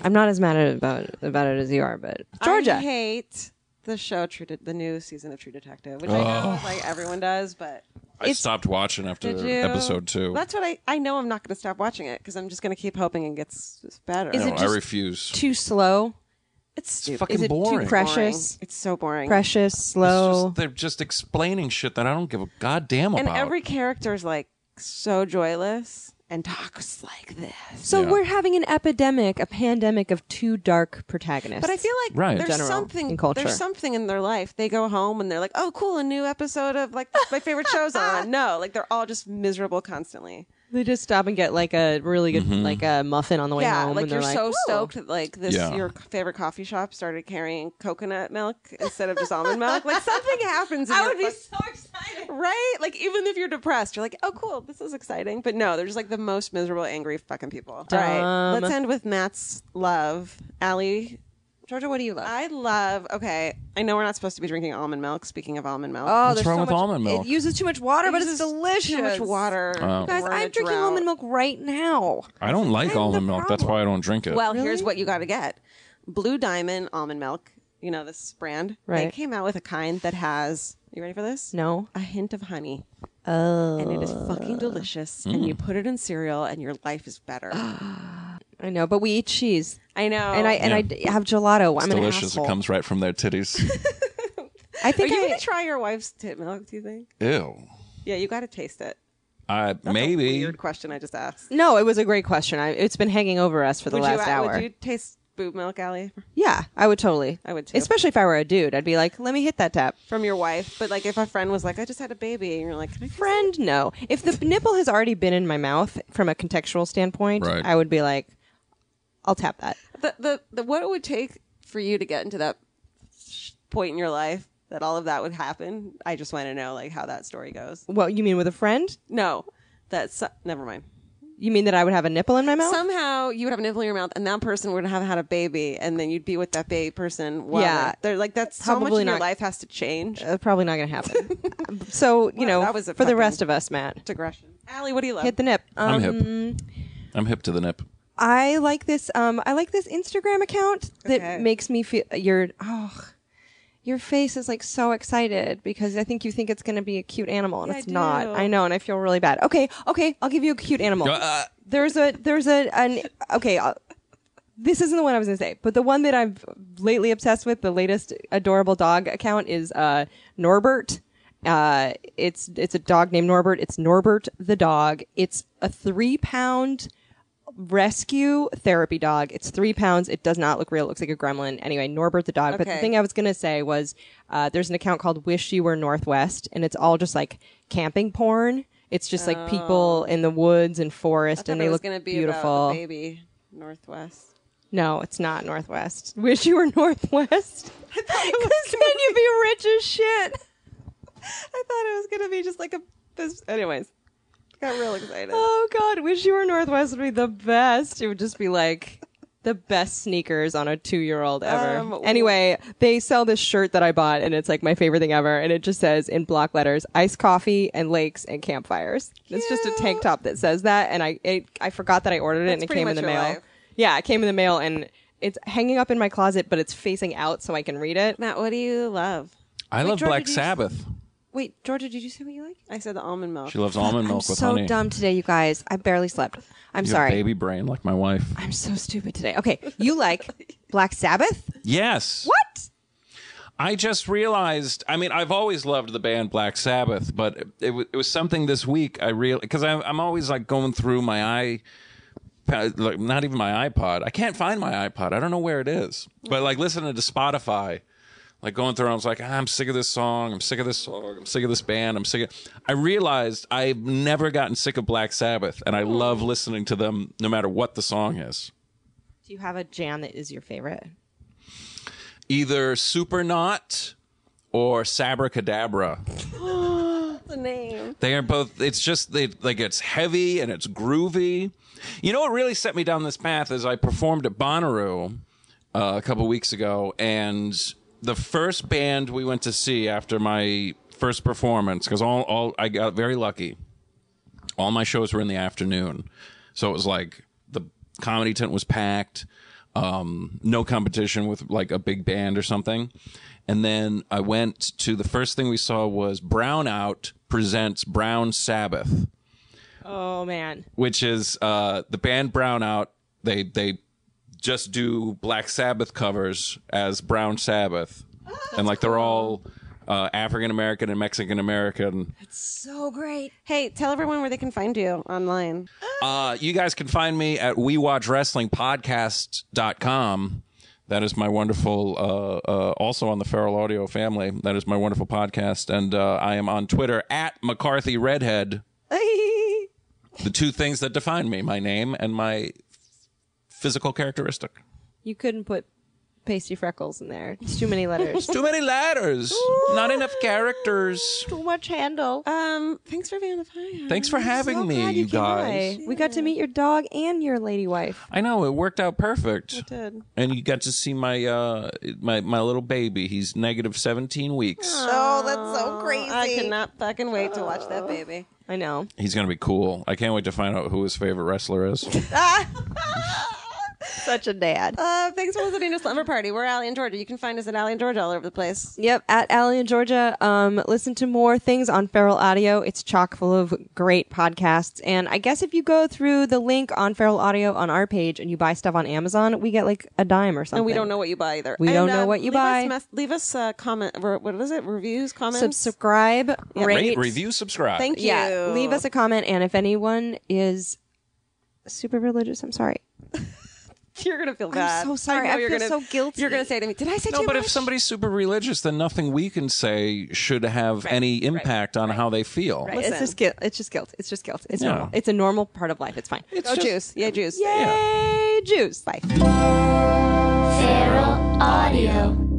G: I'm not as mad at- about about it as you are, but Georgia,
F: I hate the show True De- the new season of True Detective, which I know like everyone does, but
C: I stopped watching after
F: Did you?
C: episode two.
F: That's what I. I know I'm not going to stop watching it because I'm just going to keep hoping it gets better.
G: Is
C: no,
G: it
C: I
G: just-
C: refuse.
G: Too slow,
F: it's
C: It's
F: stupid.
C: fucking
G: is it too
C: boring.
G: pre-
C: It's
G: precious?
F: Boring. It's so boring.
G: precious,
C: just-
G: slow.
C: they're just explaining shit that I don't give a goddamn
F: And
C: about.
F: every character is like so joyless and talks like this.
G: So
C: Yeah.
G: we're having an epidemic, a pandemic of two dark protagonists.
F: But I feel like
C: Right.
F: there's
G: General,
F: something
G: in culture.
F: there's something in their life. They go home and they're like, "Oh, cool, a new episode of like my favorite show's on." No, like they're all just miserable constantly.
G: they just stop and get like a really good
C: Mm-hmm.
G: like a muffin on the way
F: yeah,
G: home,
F: like
G: and
F: you're
G: they're like,
F: so
G: "Ooh."
F: stoked that like this
C: Yeah.
F: your favorite coffee shop started carrying coconut milk instead of just almond milk. Like something happens. In
G: I
F: your
G: would be
F: fu-
G: so excited.
F: right. Like even if you're depressed, you're like, "Oh, cool, this is exciting." But no, they're just like the most miserable, angry fucking people. All right,
G: Dumb.
F: let's end with Matt's love, Allie.
G: Georgia, what do you love?
F: I love. Okay, I know we're not supposed to be drinking almond milk. Speaking of almond milk,
G: Oh,
C: What's
G: there's
C: wrong
G: so
C: with
G: much-
C: almond milk?
G: It uses too much water, but it's
F: uses
G: delicious.
F: too much water.
C: Oh.
G: Guys,
F: We're in a
G: I'm drinking
F: drought.
G: almond milk right now.
C: I don't like
G: I'm the
C: almond milk. That's
G: problem.
C: why I don't drink it.
F: Well, here's what you got to get: Blue Diamond almond milk. You know this brand. They
G: Right. Mm.
F: came out with a kind that has. You ready for this?
G: No.
F: A hint of honey. Oh. And it is fucking delicious.
G: Mm.
F: And you put it in cereal, and your life is better.
G: I know, but we eat cheese.
F: I know.
G: And I and I d- have gelato. I'm
C: it's delicious.
G: an
C: It
G: asshole.
C: comes right from their titties.
G: I
F: Are
G: think
F: you
G: I,
F: gonna try your wife's tit milk? Do you think?
C: Ew.
F: Yeah, you got to taste it.
C: I
F: That's a
C: maybe
F: weird question I just asked.
G: No, it was a great question. I, it's been hanging over us for the
F: would
G: last
F: you,
G: hour.
F: Would you taste boob milk, Allie?
G: Yeah, I would totally.
F: I would too.
G: Especially if I were a dude, I'd be like, "Let me hit that tap."
F: From your wife, but like if a friend was like, "I just had a baby," and you're like, "Can I taste it?"
G: Friend, no. If the nipple has already been in my mouth from a contextual standpoint,
C: Right.
G: I would be like, "I'll tap that."
F: the, the, the what it would take for you to get into that sh- point in your life that all of that would happen i just want to know like how that story goes
G: Well, you mean with a friend?
F: no that's never mind
G: You mean that I would have a nipple in my mouth?
F: somehow you would have a nipple in your mouth and that person would have had a baby and then you'd be with that baby person while
G: Yeah.
F: yeah they're like that's so much
G: Probably
F: in your
G: not-
F: life has to change
G: Uh, probably not going to happen. so you
F: Wow,
G: know,
F: that was a
G: for the
F: fucking-
G: rest of us, Matt,
F: digression Allie, what do you love
G: hit the nip. Um,
C: I'm hip. I'm hip to the nip.
G: I like this. Um, I like this Instagram account that
F: Okay.
G: makes me feel your oh, your face is like so excited because I think you think it's going to be a cute animal and
F: I
G: it's not.
F: do.
G: I know, and I feel really bad. Okay, okay, I'll give you a cute animal.
C: Uh,
G: there's a there's a an okay. I'll, this isn't the one I was going to say, but the one that I'm lately obsessed with, the latest adorable dog account is uh, Norbert. Uh, it's it's a dog named Norbert. It's Norbert the dog. It's a three pound rescue therapy dog. It's three pounds. It does not look real. It looks like a gremlin. Anyway, Norbert the dog. But the
F: Okay.
G: thing I was going to say was uh, there's an account called Wish You Were Northwest, and it's all just like camping porn. It's just like people
F: Oh.
G: in the woods and forest, and they
F: was
G: look
F: gonna be
G: beautiful.
F: about the baby northwest
G: No, it's not Northwest. Wish you were Northwest. Because then you'd be rich as shit.
F: i thought it was gonna be just like a this anyways got real excited
G: Oh God, wish you were Northwest would be the best. It would just be like the best sneakers on a two-year-old ever.
F: Um, w-
G: anyway, they sell this shirt that I bought, and it's like my favorite thing ever. And it just says in block letters, "Ice coffee and lakes and campfires." It's just a tank top that says that, and I it, I forgot that I ordered it, and it
F: pretty
G: came in
F: much
G: the
F: your
G: mail.
F: life.
G: Yeah, it came in the mail, and it's hanging up in my closet, but it's facing out so I can read it.
F: matt what do you love
C: I love
G: Georgia,
C: Black
G: did you-
C: Sabbath.
G: Wait, Georgia, did you say what you like?
F: i said the almond milk
C: She loves almond
G: I'm
C: milk with
G: so
C: honey.
G: dumb today, you guys. I barely slept. I'm
C: You have
G: sorry.
C: baby brain like my wife.
G: I'm so stupid today. Okay, you like Black Sabbath?
C: Yes.
G: What?
C: I just realized. I mean, I've always loved the band Black Sabbath, but it, it, wa- it was something this week I real because I'm, I'm always like going through my eye, like not even my iPod. I can't find my iPod. I don't know where it is. But like listening to Spotify, like going through, I was like, "Ah, I'm sick of this song. I'm sick of this song. I'm sick of this band. I'm sick. Of... I realized I've never gotten sick of Black Sabbath, and I love listening to them no matter what the song is.
G: Do you have a jam that is your favorite?
C: Either Supernaut or Sabracadabra.
F: the name
C: They are both. It's just they like it's heavy and it's groovy. You know what really set me down this path is I performed at Bonnaroo uh, a couple weeks ago, and the first band we went to see after my first performance because all all I got very lucky. All my shows were in the afternoon, so it was like the comedy tent was packed. um, no competition with like a big band or something. And then I went to the first thing we saw was Brown Out presents Brown Sabbath
G: Oh man.
C: which is uh, the band Brownout. They they just do Black Sabbath covers as Brown Sabbath,
G: Oh,
C: and like they're all uh, African American and Mexican American.
H: So great.
F: Hey, tell everyone where they can find you online.
C: Uh, you guys can find me at We Watch Wrestling Podcast.com. That is my wonderful, uh, uh, also on the Feral Audio family. That is my wonderful podcast. And uh, I am on Twitter at McCarthy Redhead. the two things that define me my name and my physical characteristic.
G: You couldn't put pasty freckles in there. It's too many letters.
C: Too many letters, not enough characters.
G: too much handle.
F: Um, thanks for being on the podcast.
C: Thanks for having me,
G: Oh,
C: you guys.
G: We got to meet your dog and your lady wife.
C: I know it worked out perfect.
F: did.
C: And you got to see my uh my my little baby. He's negative 17 weeks.
H: Oh, that's so crazy. Oh.
F: I cannot fucking wait to watch that baby.
G: I know.
C: He's going to be cool. I can't wait to find out who his favorite wrestler is.
G: Such a dad.
F: Uh, thanks for listening to Slumber Party. We're Allie and Georgia. You can find us at Allie and Georgia all over the place.
G: Yep, at Allie in Georgia. Um, listen to more things on Feral Audio. It's chock full of great podcasts. And I guess if you go through the link on Feral Audio on our page and you buy stuff on Amazon, we get like a dime or something.
F: And we don't know what you buy either.
G: We
F: And,
G: don't know
F: um,
G: what you
F: leave
G: buy.
F: Us mes- leave us uh, comment. re- What is it? Reviews, comments.
G: Subscribe, rate,
C: Rate, review, subscribe.
F: Thank you.
G: Yeah, leave us a comment. And if anyone is super religious, I'm sorry.
F: You're gonna feel bad.
G: so sorry.
F: know
G: I
F: you're
G: feel
F: gonna-
G: so guilty.
F: You're gonna say to me, "Did I say
C: No,
F: too
C: but
F: much?"
C: if somebody's super religious, then nothing we can say should have any impact on how they feel.
G: It's just guilt. It's just guilt. It's just guilt. It's
C: Yeah.
G: normal. It's a normal part of life. It's fine.
F: oh, juice. Yeah, juice.
G: Yay, juice. Bye.
E: Feral Audio.